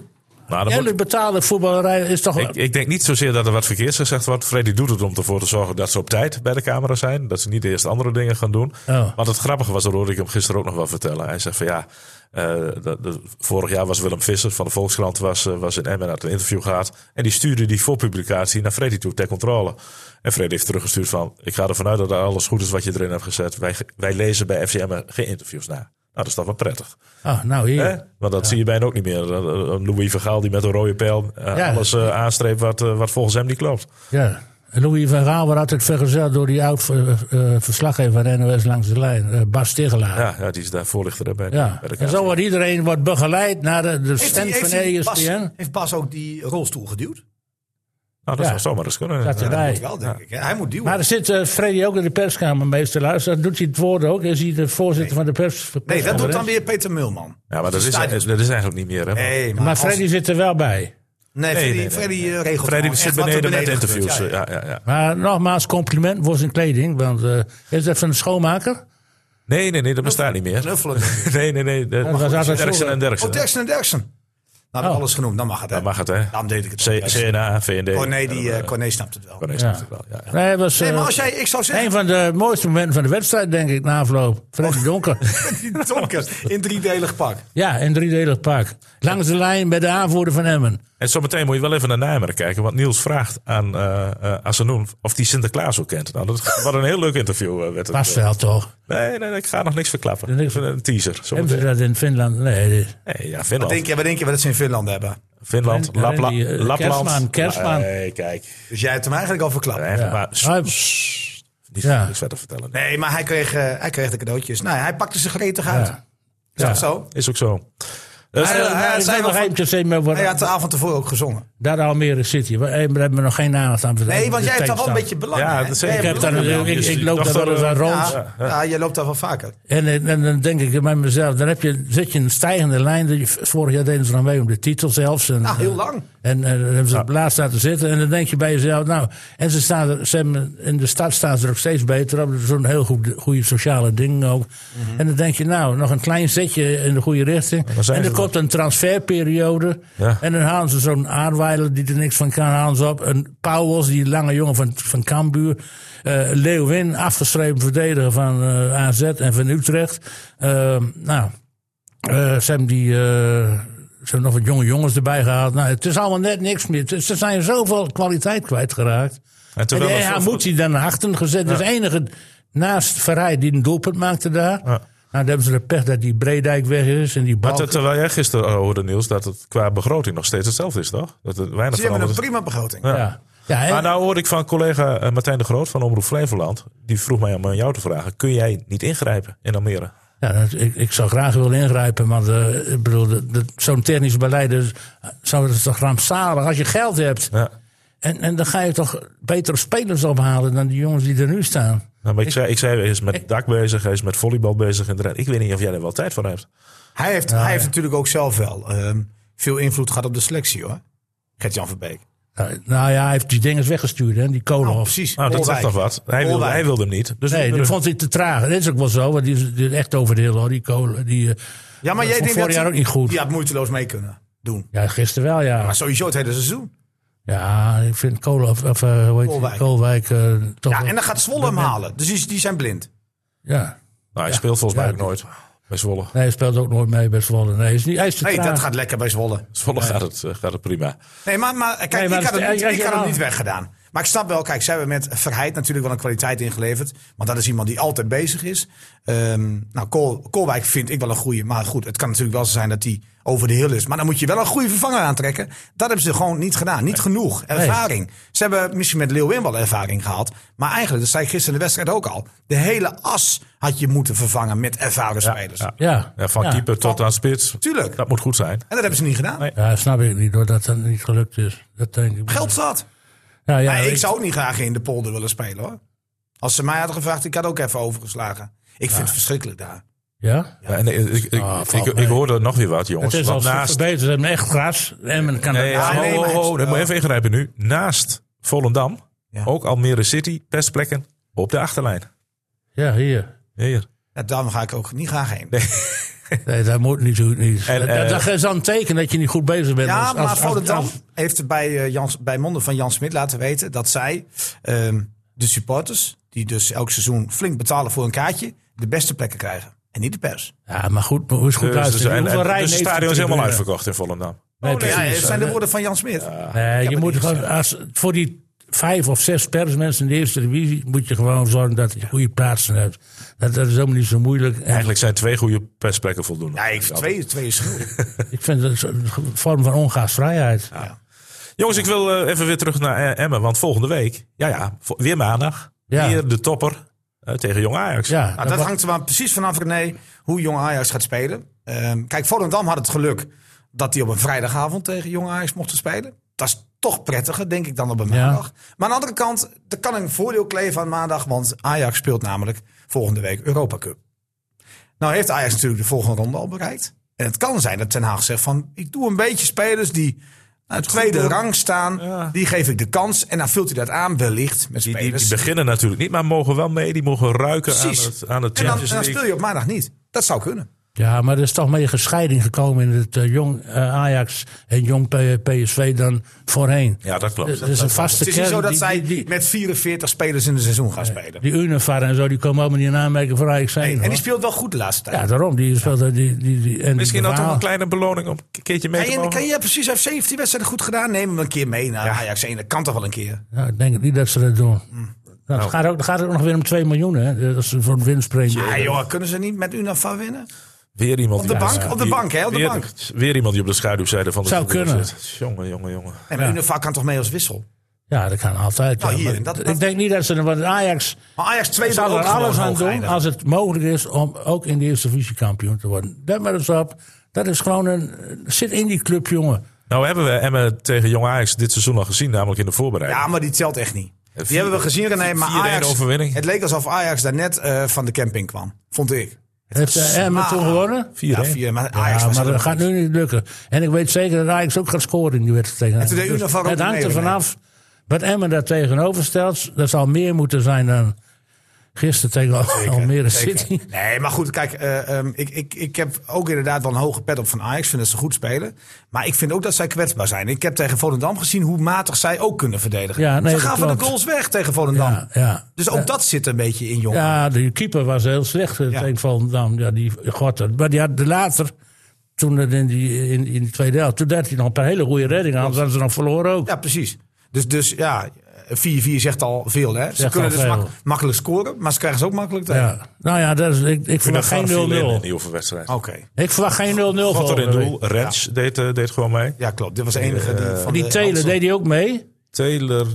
Nou, dan moet-
Eerlijk betaalde voetballerij is toch.
ik, ik denk niet zozeer dat er wat verkeerds gezegd wordt. Freddy doet het om ervoor te zorgen dat ze op tijd bij de camera zijn. Dat ze niet eerst andere dingen gaan doen.
Oh.
Want het grappige was, dat hoorde ik hem gisteren ook nog wel vertellen. Hij zei van ja, eh, dat, dat- vorig jaar was Willem Visser van de Volkskrant was, eh, was in Emmen uit een interview gehad. En die stuurde die voor publicatie naar Freddy toe ter controle. En Freddy heeft teruggestuurd van, ik ga ervan uit dat alles goed is wat je erin hebt gezet. Wij, wij lezen bij FCM geen interviews na. Nou, dat is toch wel prettig.
Oh, nou hier.
Hè? Want dat zie je bijna ook niet meer. Eh, Louis Vergaal die met een rode pijl eh,
Ja.
alles eh, aanstreept wat, eh, wat volgens hem niet klopt.
Ja. Louis van Gaal wordt altijd vergezeld door die oud eh, eh, verslaggever van NOS langs de lijn, eh, Bas Tegelaar.
Ja, ja die is daar voorlichter hè, bij.
Ja,
bij de
en zo wordt iedereen wordt begeleid naar de, de
Heeft,
stand
die-
van E
heeft, die Bas,
ESPN.
heeft Bas ook die rolstoel geduwd?
Nou, dat
Ja.
zou zomaar eens kunnen.
Staat
Ja.
erbij.
Moet wel, denk ik. hè. Hij moet duwen.
Maar er zit eh, Freddy ook in de perskamer meester luisteren. Doet hij het woord ook? Is hij de voorzitter van de pers?
nee, dat doet dan
persconferentie?
weer Peter Mulman.
Ja, maar dat is,
Stadion.
dat is eigenlijk niet meer. Hè, maar-
Nee, maar,
Maar
als-
Freddy zit er wel bij.
nee,
Nee, Freddy,
nee, nee.
Freddy eh, regelt
Freddy
gewoon
zit
echt wat er
beneden met
beneden
interviews. eh,
gebeurt. Ja,
Ja, ja, ja.
Maar nogmaals, compliment voor zijn kleding. Want eh, is dat van de schoonmaker?
Nee, nee, nee, dat bestaat niet meer.
Knuffelen.
Nee, nee, nee.
Dat was altijd
Derksen
vroeger.
en Derksen.
Oh, Derksen Nou, en Derksen. Nou, dat
Oh.
alles genoemd. Dan mag het, hè?
Dat mag het, hè?
Daarom deed ik het.
C- CNA, VND.
Corné, die, eh, Corné snapt het wel.
Corné snapt het wel, ja, ja.
Nee, hij was,
Nee, maar
eh,
als jij, ik zou zeggen,
Een van de mooiste momenten van de wedstrijd, denk ik, na afloop.
Oh.
Freddy Donker.
die donker in driedelig pak.
ja, in driedelig pak. Langs de lijn bij de aanvoerder van Emmen.
En zometeen moet je wel even naar Nijmegen kijken. Want Niels vraagt aan eh eh, Asanoen of die Sinterklaas ook kent. Nou, dat, wat een heel leuk interview eh, werd het.
Past wel toch?
Nee, nee, nee, ik ga nog niks verklappen.
Niks.
Even een teaser.
Hebben ze
zometeen.
dat in Finland? Nee. dit-
Nee, ja,
Wat
Finland.
denk je, wat denk je wat ze in Finland hebben?
Finland,
Ren-
Lapla-
Randy, eh,
Lapland.
Kerstman, Kerstman.
Nee, kijk.
Dus jij hebt hem eigenlijk al verklapt.
Nee,
Ja.
Maar,
Ah, Hij-
sst, niet
Ja.
niks verder vertellen.
Nee, maar hij kreeg, eh, hij kreeg de cadeautjes. Nou, hij pakte ze gretig uit.
Ja.
Is dat zo?
Is ook zo. Dus,
Hij-
eh,
hij-
Ja, ik
zei
wil nog
wel van-
even zeggen, maar
Hij
waar-
had de avond ervoor ook gezongen.
daar Almere City. We eh, we hebben nog geen aandacht aan.
Nee, want jij hebt daar
daar
wel een beetje belang
Ja,
hè?
dat
Jij
zeker.
Ik, heb
hebt
daar,
belang.
Ja,
ik, ik,
dus
ik
die
loop daar
dochter,
wel eens aan
eh,
rond.
Ja, ja, je loopt daar wel vaker.
En, eh, en dan denk ik bij mezelf, dan heb je, zit je in een stijgende lijn. Dat je- Vorig jaar deden ze dan mee om de titel zelfs. En,
Nou, heel
eh,
lang.
En, eh, dan hebben ze op het laatst laten zitten. En dan denk je bij jezelf, nou, en ze staan er, ze hebben- in de stad staan ze er ook steeds beter op. Dat is zo'n heel goed, goede sociale ding ook. En dan denk je, nou, nog een klein zetje in de goede richting.
Waar Mhm. zijn
En dan
ze
komt een transferperiode.
Ja.
En dan halen ze zo'n Aardweiler die er niks van kan, halen ze op. Een Pauwels, die lange jongen van, van Cambuur. Eh Leeuwin, afgeschreven verdediger van eh, AZ en van Utrecht. Eh, nou, eh, ze hebben die. eh, ze hebben nog wat jonge jongens erbij gehaald. Nou, het is allemaal net niks meer. Het is- Ze zijn zoveel kwaliteit kwijtgeraakt.
En
En
terwijl
die
het
EH
voor-
moet hij dan naar achteren gezet. Dus enige naast Verrij die een doelpunt maakte daar.
Ja.
Nou, dan hebben ze de pech dat die Breedijk weg is en die
Maar
bal.
ter- terwijl jij gisteren eh, hoorde, Niels, dat het qua begroting nog steeds hetzelfde is, toch? Dat er weinig
Ze hebben
veranderd
een
is.
prima begroting.
ja. Ja, en-
Maar nou hoorde ik van collega eh, Martijn de Groot van Omroep Flevoland. Die vroeg mij om aan jou te vragen. Kun jij niet ingrijpen in Almere?
Ja, dat- ik, ik zou graag willen ingrijpen, want eh, ik bedoel, dat- dat- zo'n technisch beleid is, zou dat is toch rampzalig als je geld hebt.
Ja.
En, en dan ga je toch betere spelers ophalen dan die jongens die er nu staan.
Nou, maar ik, zei, ik zei, hij is met dak bezig, hij is met volleybal bezig. En de rest. ik weet niet of jij er wel tijd voor hebt.
Hij heeft, hij heeft natuurlijk ook zelf wel ehm, veel invloed gehad op de selectie, hoor. Gert-Jan Verbeek.
Nou, nou ja, hij heeft die dingen weggestuurd, hè, die kolen.
Nou, precies.
Nou, dat
Olwijk.
zegt toch wat. Hij wilde,
Olwijk.
hij wilde hem niet. Dus
Nee, dat vond hij te traag. Dat is ook wel zo, want die is, die is echt over de hele hoor, die kolen. Die, eh,
Ja, maar
dat
jij
vond
denkt
vorig
dat
jaar
hij-
ook niet goed.
Die
Ja,
had moeiteloos mee kunnen doen.
gisteren wel, ja.
Maar sowieso het hele seizoen.
Ja, ik vind kolen, of, of eh, hoe heet die?
Koolwijk.
Koolwijk, eh, toch
Ja,
wel-
en dan gaat Zwolle hem halen. Dus die, die zijn blind.
ja.
nou, hij speelt volgens mij
Ja,
ook nooit bij Zwolle.
Nee, hij speelt ook nooit mee bij Zwolle. Nee, hij is niet, hij is te
Nee,
traag.
dat gaat lekker bij Zwolle.
Zwolle gaat, het, eh, gaat het prima.
Nee, maar, maar kijk,
maar
ik had
het-
hem niet,
ja, ja,
ik had hem
ja.
niet weggedaan. Maar ik snap wel, kijk, zij hebben met Verheid natuurlijk wel een kwaliteit ingeleverd. Want dat is iemand die altijd bezig is. Ehm, nou, Kool, Koolwijk vind ik wel een goede. Maar goed, het kan natuurlijk wel zo zijn dat hij over de hill is. Maar dan moet je wel een goede vervanger aantrekken. Dat hebben ze gewoon niet gedaan. Niet genoeg ervaring. Ze hebben misschien met Leeuwin wel ervaring gehaald. Maar eigenlijk, dat zei ik gisteren in de wedstrijd ook al. De hele as had je moeten vervangen met ervaren spelers.
ja.
Ja.
Ja, van
ja.
keeper tot aan spits.
Tuurlijk.
Dat moet goed zijn.
En dat hebben ze niet gedaan.
Nee.
Ja, snap ik niet, doordat dat niet gelukt is. Dat denk ik.
Geld zat.
Ja, ja,
Maar ik
ik-
zou ook niet graag in de polder willen spelen hoor. Als ze mij hadden gevraagd, ik had ook even overgeslagen. Ik vind het verschrikkelijk daar.
ja?
Ja, en, eh, ik, ik,
Ah,
ik,
valt
ik,
mee.
hoorde nog weer wat, jongens.
Het is al
Want naast
verbeterd. Ze hebben echt gras. En men kan
Nee,
dat-
ja,
Ja,
ho,
nee,
ho,
maar
ho,
het-
dat moet
ja.
even ingrijpen nu. Naast Volendam,
Ja.
ook Almere City, pestplekken op de achterlijn.
ja, hier.
Hier.
Ja, daarom ga ik ook niet graag heen.
Nee, dat moet niet. Goed, niet.
En,
dat,
eh,
dat is dan een teken dat je niet goed bezig bent.
Ja,
Als-
maar
als-
Volendam
als-
heeft het bij, eh, Jan, bij monden van Jan Smit laten weten dat zij ehm, de supporters, die dus elk seizoen flink betalen voor een kaartje, de beste plekken krijgen. En niet de pers.
ja, maar goed, maar hoe is goed
Dus, dus,
luisteren?
en-
Hoeveel
en-
Rijn
dus het
heeft de
stadion is helemaal
tribune?
uitverkocht in Volendam.
Oh, Nee,
Oh, Ja,
precies.
dat zijn de woorden van Jan Smit.
Nee, je
het
moet
niet
gewoon, als, voor die vijf of zes persmensen in de eerste divisie moet je gewoon zorgen dat je goede plaatsen hebt. Dat, dat is helemaal niet zo moeilijk. En
Eigenlijk zijn twee goede pestplekken voldoende.
Ja, ik, twee, twee is genoeg.
ik vind dat een vorm van ongaasvrijheid.
Jongens, ik wil eh, even weer terug naar eh, Emmen. Want volgende week, ja ja, vo- weer maandag.
Ja.
Weer de topper eh, tegen Jong Ajax.
Ja,
Nou, dat hangt er maar precies vanaf, René, hoe Jong Ajax gaat spelen. Ehm, kijk, Volendam had het geluk dat hij op een vrijdagavond tegen Jong Ajax mocht spelen. Dat is toch prettiger, denk ik, dan op een
Ja.
maandag. Maar aan de andere kant, er kan een voordeel kleven aan maandag. Want Ajax speelt namelijk volgende week Europa Cup. Nou heeft Ajax natuurlijk de volgende ronde al bereikt. En het kan zijn dat Ten Haag zegt van... ik doe een beetje spelers die aan de tweede rang staan. Die geef ik de kans. En dan vult hij dat aan wellicht met
Die, die,
spelers.
die beginnen natuurlijk niet, maar mogen wel mee. Die mogen ruiken aan
Precies.
het, aan het
en, dan, en
Champions
dan
League.
speel je op maandag niet. Dat zou kunnen.
Ja, maar er is toch meer gescheiding gekomen in het eh, jong eh, Ajax en jong P- PSV dan voorheen.
Ja, dat klopt.
Er is een vaste
Het is niet
kern,
zo dat
die-
zij
die, die,
met 44 spelers in een seizoen gaan spelen.
die Unifar en zo, die komen allemaal niet in aanmerking voor Ajax zijn.
en die speelt wel goed de laatste tijd.
ja, daarom. Die speelt, die, die, die,
Misschien
en die
dan toch
verhaal-
een kleine beloning om een keertje mee te
Kan je,
mogen.
kan je precies, hij heeft 17 wedstrijden goed gedaan. Neem hem een keer mee naar Ajax 1. Dat kan toch wel een Hmm. Nou. keer.
Nou, ik denk niet dat ze dat doen. Dat gaat
Ah,
ook, dan gaat het ook nog weer om 2 miljoen, hè? Dat is voor een winstpremie.
Ja, joh, kunnen ze niet met Unafar winnen?
Weer iemand
Op de
die-
bank, op de
die-
bank, hè, op de
weer,
bank.
Weer iemand die op de schaduwzijde van de
Zou
tribune
kunnen.
zit. Jongen, jongen, jongen.
Nee, maar Unova kan toch mee als wissel?
Ja, dat kan altijd.
Nou,
ja,
hier,
maar
dat- dat-
ik denk niet dat ze... Want Ajax
Maar Ajax 2
zal
ook
er alles
gewoon
aan
hoog
doen
eindigen.
als het mogelijk is om ook in de eerste divisie kampioen te worden. Let maar eens op. Dat is gewoon een... Zit in die club, jongen.
Nou hebben we Emmen tegen Jong Ajax dit seizoen al gezien, namelijk in de voorbereiding.
Ja, maar die telt echt niet. Die
vier-
hebben we gezien, René. Maar
4-1
Ajax,
overwinning.
het leek alsof Ajax daarnet eh van de camping kwam. Vond ik.
Heeft eh, Emmen
smaak.
toen gewonnen?
4-1.
Ja, vier, maar Ajax
Ja,
was
maar
er nog
dat gaat
niet.
nu niet lukken. En ik weet zeker dat Ajax ook gaat scoren in die wedstrijd tegen
toen deed
Emmen. Dus
Unova ook
het hangt
mee,
er
René.
vanaf wat Emmen daar tegenover stelt. Dat zal meer moeten zijn dan gisteren tegen Almere
Zeker.
City.
Nee, maar goed, kijk, eh, ehm, ik, ik, ik heb ook inderdaad wel een hoge pet op van Ajax. Ik vind dat ze goed spelen. Maar ik vind ook dat zij kwetsbaar zijn. Ik heb tegen Volendam gezien hoe matig zij ook kunnen verdedigen.
Ja, nee,
ze
dat
gaan van de
klopt.
goals weg tegen Volendam.
Ja, ja.
Dus ook dat zit een beetje in, jongen.
Ja, de keeper was heel slecht eh,
Ja.
tegen Volendam. Ja, die god, dat- Maar die had de later, toen het in die, in, in die tweede helft, toen deed hij nog een paar hele goede reddingen. Anders hadden ze nog verloren ook.
Ja, precies. Dus, dus ja, 4-4 zegt al veel. Hè? Ze
Zegt
kunnen
al
dus
veel.
mak- makkelijk scoren, maar ze krijgen ze ook makkelijk tegen.
Ja. Nou ja, dat is, ik, ik verwacht
Van viel in in
geen 0-0.
die oefenwedstrijd.
Oké.
Ik verwacht geen 0-0
Wat er in
volgende week.
doel. Rens deed, eh, deed gewoon mee.
Ja, klopt. Dit was de enige die van
Die
de
Telen
Eh, Hansen-
deed hij ook mee.
Taylor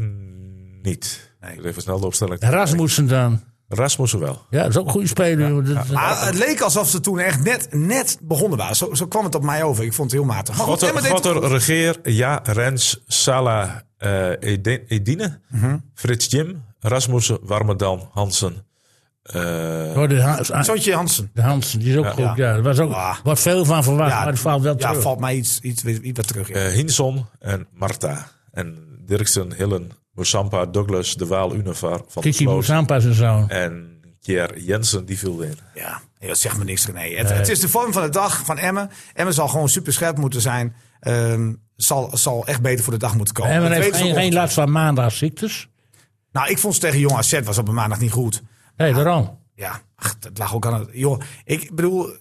niet. Even snel de opstelling.
Rasmussen dan.
Rasmussen
Oh,
wel.
Ja, dat is ook een goede speler. joh. Dat-
Maar het leek alsof ze toen echt net, net begonnen waren. Zo, zo kwam het op mij over. Ik vond het heel matig. Maar goed, Emma
Potter,
deed het
Potter,
goed.
Regeer, Ja, Rens, Salah, eh, Ede- Edine,
Mhm.
Frits Jim, Rasmussen, Warmerdam, Hansen. eh,
Oh, de, Ha-
Zontje Hansen.
de Hansen, die is ook goed. Ja. Er was ook
Ah.
wat veel van verwacht, maar het valt wel
ja,
terug.
valt mij iets, iets, iets wat terug. ja.
eh, Hinson en Marta. En Dirksen, Hillen, Moussampa, Douglas, De Waal, Univar, Van der
Kiki
Sloot
Moussampa zijn zoon.
en Kier Jensen, die viel in.
Ja, nee, dat zegt me niks, René. Het, het is de vorm van de dag van Emmen. Emmen zal gewoon super scherp moeten zijn. Ehm, zal, zal echt beter voor de dag moeten komen.
En we
Dat
hebben
weten ze
geen,
ook.
geen last van maandag ziektes.
Nou, ik vond ze tegen Jong AZ was op een maandag niet goed.
Nee, daarom.
Ja, ach, dat lag ook aan het... Joh, ik bedoel,
Ja,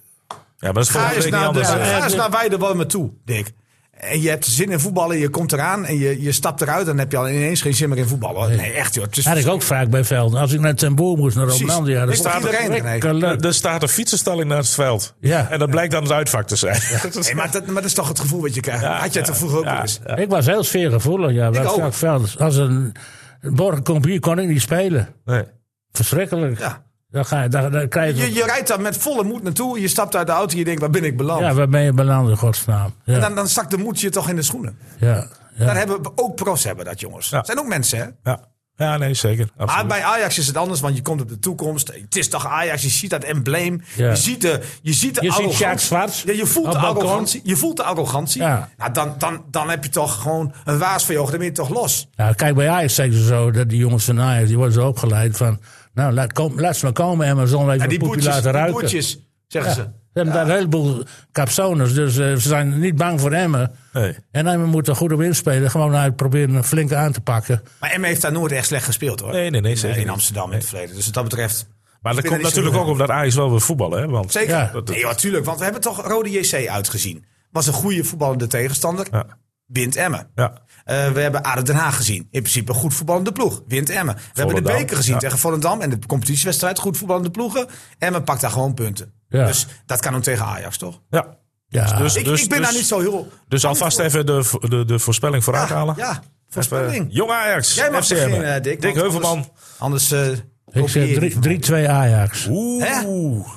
maar dat is
Ga
volgende week
eens,
niet
naar de,
anders.
ja,
hè?
ga
ja,
eens
ja.
naar Weidewormen toe, Dick. En je hebt zin in voetballen, je komt eraan en je, je stapt eruit. Dan heb je al ineens geen zin meer in voetballen. Nee, echt joh. Het is-
Had ik ook vaak bij Velden. Als ik naar Ten Boer moest, naar
Precies.
Romlandia.
Is
dan
toch
stond ik
iedereen? Nee.
lekker-
Er staat een fietsenstalling naast het veld.
Ja.
En dat blijkt dan het uitvak te zijn.
Nee, maar, dat, maar dat is toch het gevoel wat je krijgt. Had jij het er vroeger ook wel eens?
Ik was heel sfeergevoelig, ja. bij
ook.
Frank Velden. Als een borgenkompier kon ik niet spelen.
Nee.
Verschrikkelijk.
Ja.
Dan, ga je, dan, dan krijg je...
Je, je rijdt daar met volle moed naartoe. Je stapt uit de auto en je denkt, waar ben ik beland?
ja, waar ben je beland in godsnaam? Ja,
En dan, dan zakt de moed je toch in de schoenen.
ja, ja.
Daar hebben we ook pros hebben dat, jongens.
Ja.
zijn ook mensen, hè?
Ja, ja nee, zeker.
Maar
Absoluut.
bij Ajax is het anders, want je komt op de toekomst. Het is toch Ajax, je ziet dat embleem.
Ja.
Je ziet de, je ziet de
Je ziet
arrogantie.
Sjaak Zwarts
Ja, je voelt
op
de
balkon.
arrogantie. Je voelt de arrogantie.
Ja.
Nou, dan, dan, dan heb je toch gewoon een waas voor je ogen. Dan ben je toch los.
Nou, kijk, bij Ajax zeggen ze zo dat die jongens van Ajax, die worden zo opgeleid van... Nou, laat, kom, laat ze maar komen en maar zonder even
En die
een poepje
boetjes,
laten
die
ruiken.
boetjes, zeggen
Ja,
ze.
Ze hebben daar een heleboel capsones, dus eh, ze zijn niet bang voor Emmen.
Nee.
En Emmen moet er goed op inspelen. Gewoon uit proberen flink aan te pakken.
Maar Emma heeft daar nooit echt slecht gespeeld, hoor.
Nee, nee, nee, zeker
In
niet.
Amsterdam in het verleden. Dus wat dat betreft...
Maar
Ik
dat
ben
komt
er niet zo
natuurlijk ook
goed in.
omdat Ajax wel weer voetballen. Hè? Want
Zeker.
Ja.
Dat-
Nee, joh, tuurlijk. Want we hebben toch Rode JC uitgezien. Was een goede voetballende tegenstander.
Ja.
Wint Emmen.
Ja.
Eh, we hebben ADO Den Haag gezien. In principe een goed voetballende ploeg. Wint Emmen. We hebben de
Volendam,
beker gezien
ja.
tegen Volendam. En de competitiewedstrijd. Goed voetballende ploegen. Emmen pakt daar gewoon punten.
Ja.
Dus dat kan hem tegen Ajax, toch?
ja.
Ja,
Dus,
ik,
dus,
ik ben
dus,
daar niet zo heel... Ah,
Dus alvast even de, vo- de, de voorspelling vooruit halen.
Ja,
Even, eh,
voorspelling.
Jong Ajax.
Jij mag
FCM.
beginnen, eh, Dick.
Dick
want
Heuvelman.
Anders... anders eh,
ik
kopieer je die
zeg
van mij.
3- 3-2 Ajax.
Hè?
Oeh.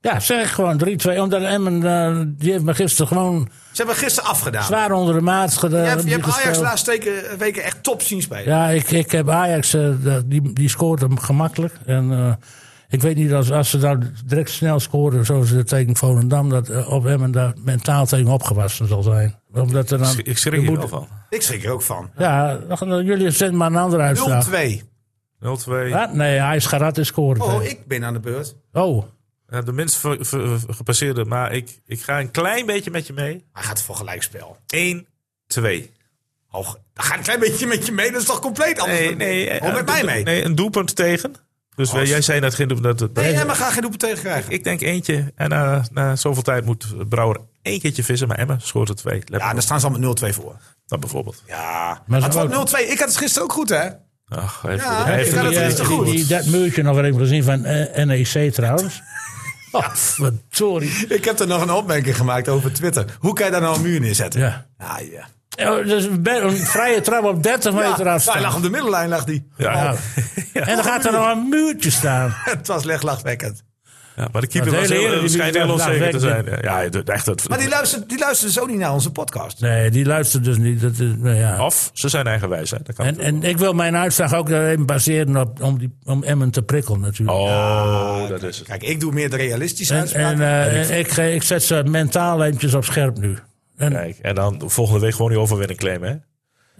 Ja, zeg ik gewoon 3-2. Omdat Emmen, eh, die heeft me gisteren gewoon
Ze hebben gisteren afgedaan.
zwaar onder de maat gedaan.
eh,
je hebt, je hebt Ajax
gespeeld.
de laatste weken, weken echt top zien spelen.
Ja, ik, ik heb Ajax, eh, dat- die, die scoort hem gemakkelijk. En eh, ik weet niet, als, als ze nou direct snel scoren, zoals de tegen Volendam, dat eh, op hem en daar mentaal tegen opgewassen zal zijn. Omdat er dan,
Ik schrik hier wel van.
Ik schrik er ook van. 0-2.
ja, dan gaan jullie zetten maar een andere uitslag.
0-2.
Ah, nee, Ajax gaat altijd scoren.
Oh,
tegen.
ik ben aan de beurt.
oh,
Eh, De minst ver- ver- ver- gepasseerde. Maar ik, ik ga een klein beetje met je mee.
Hij gaat voor gelijkspel.
1-2.
Oh, dan ga ik een klein beetje met je mee. Dat is toch compleet anders?
Nee, nee.
Oh,
eh,
met mij mee? Oh, Nee,
Nee, een doelpunt tegen. Dus we- jij zei net geen doelpunt. Dat, dat-
Emma gaat geen doelpunt tegen krijgen.
Ik denk eentje. En na, na zoveel tijd moet Brouwer één keertje vissen. Maar Emma schoot er twee. Let
Ja,
maar
daar
op.
staan ze al met 0-2 voor.
Dat bijvoorbeeld.
Ja,
Maar
maar
ze
het wordt
ook-
0-2. Ik had het gisteren ook goed, hè?
Ach, hij heeft-
Ja,
hij
ik
heeft
kan
er
het
niet-
niet
die,
goed.
die- dat muurtje nog wel even gezien van eh, NEC E trouwens. Sorry.
Ik heb er nog een opmerking gemaakt over Twitter. Hoe kan je daar nou een muur neerzetten?
Ja.
Ah, ja.
Ja, Dus een, be- een vrije trap op 30
Ja,
meter
nou, hij
afstand.
lag op de middellijn, lag die.
Ja.
Nou, En dan gaat er nog een muurtje staan.
Het was leg lachwekkend.
Ja, maar de keeper
Maar
was
het hele
heel,
hele
schijnt heel
Eredivisie
onzeker te
was laag
zijn. Ja, de- echt, dat,
Maar die luistert, die luistert dus ook niet naar onze podcast.
Nee, die luistert dus niet. Dat is, nou ja.
of ze zijn eigenwijs. Hè. Dat kan
En, en ik wil mijn uitslag ook daar even baseren op om, die, om Emmen te prikkelen natuurlijk.
oh, dat is het.
Kijk, ik doe meer de realistische
en
uitspraken.
en, eh, en ik, eh, ik zet ze mentaal eventjes op scherp nu. En
Kijk, en dan volgende week gewoon die overwinning claimen.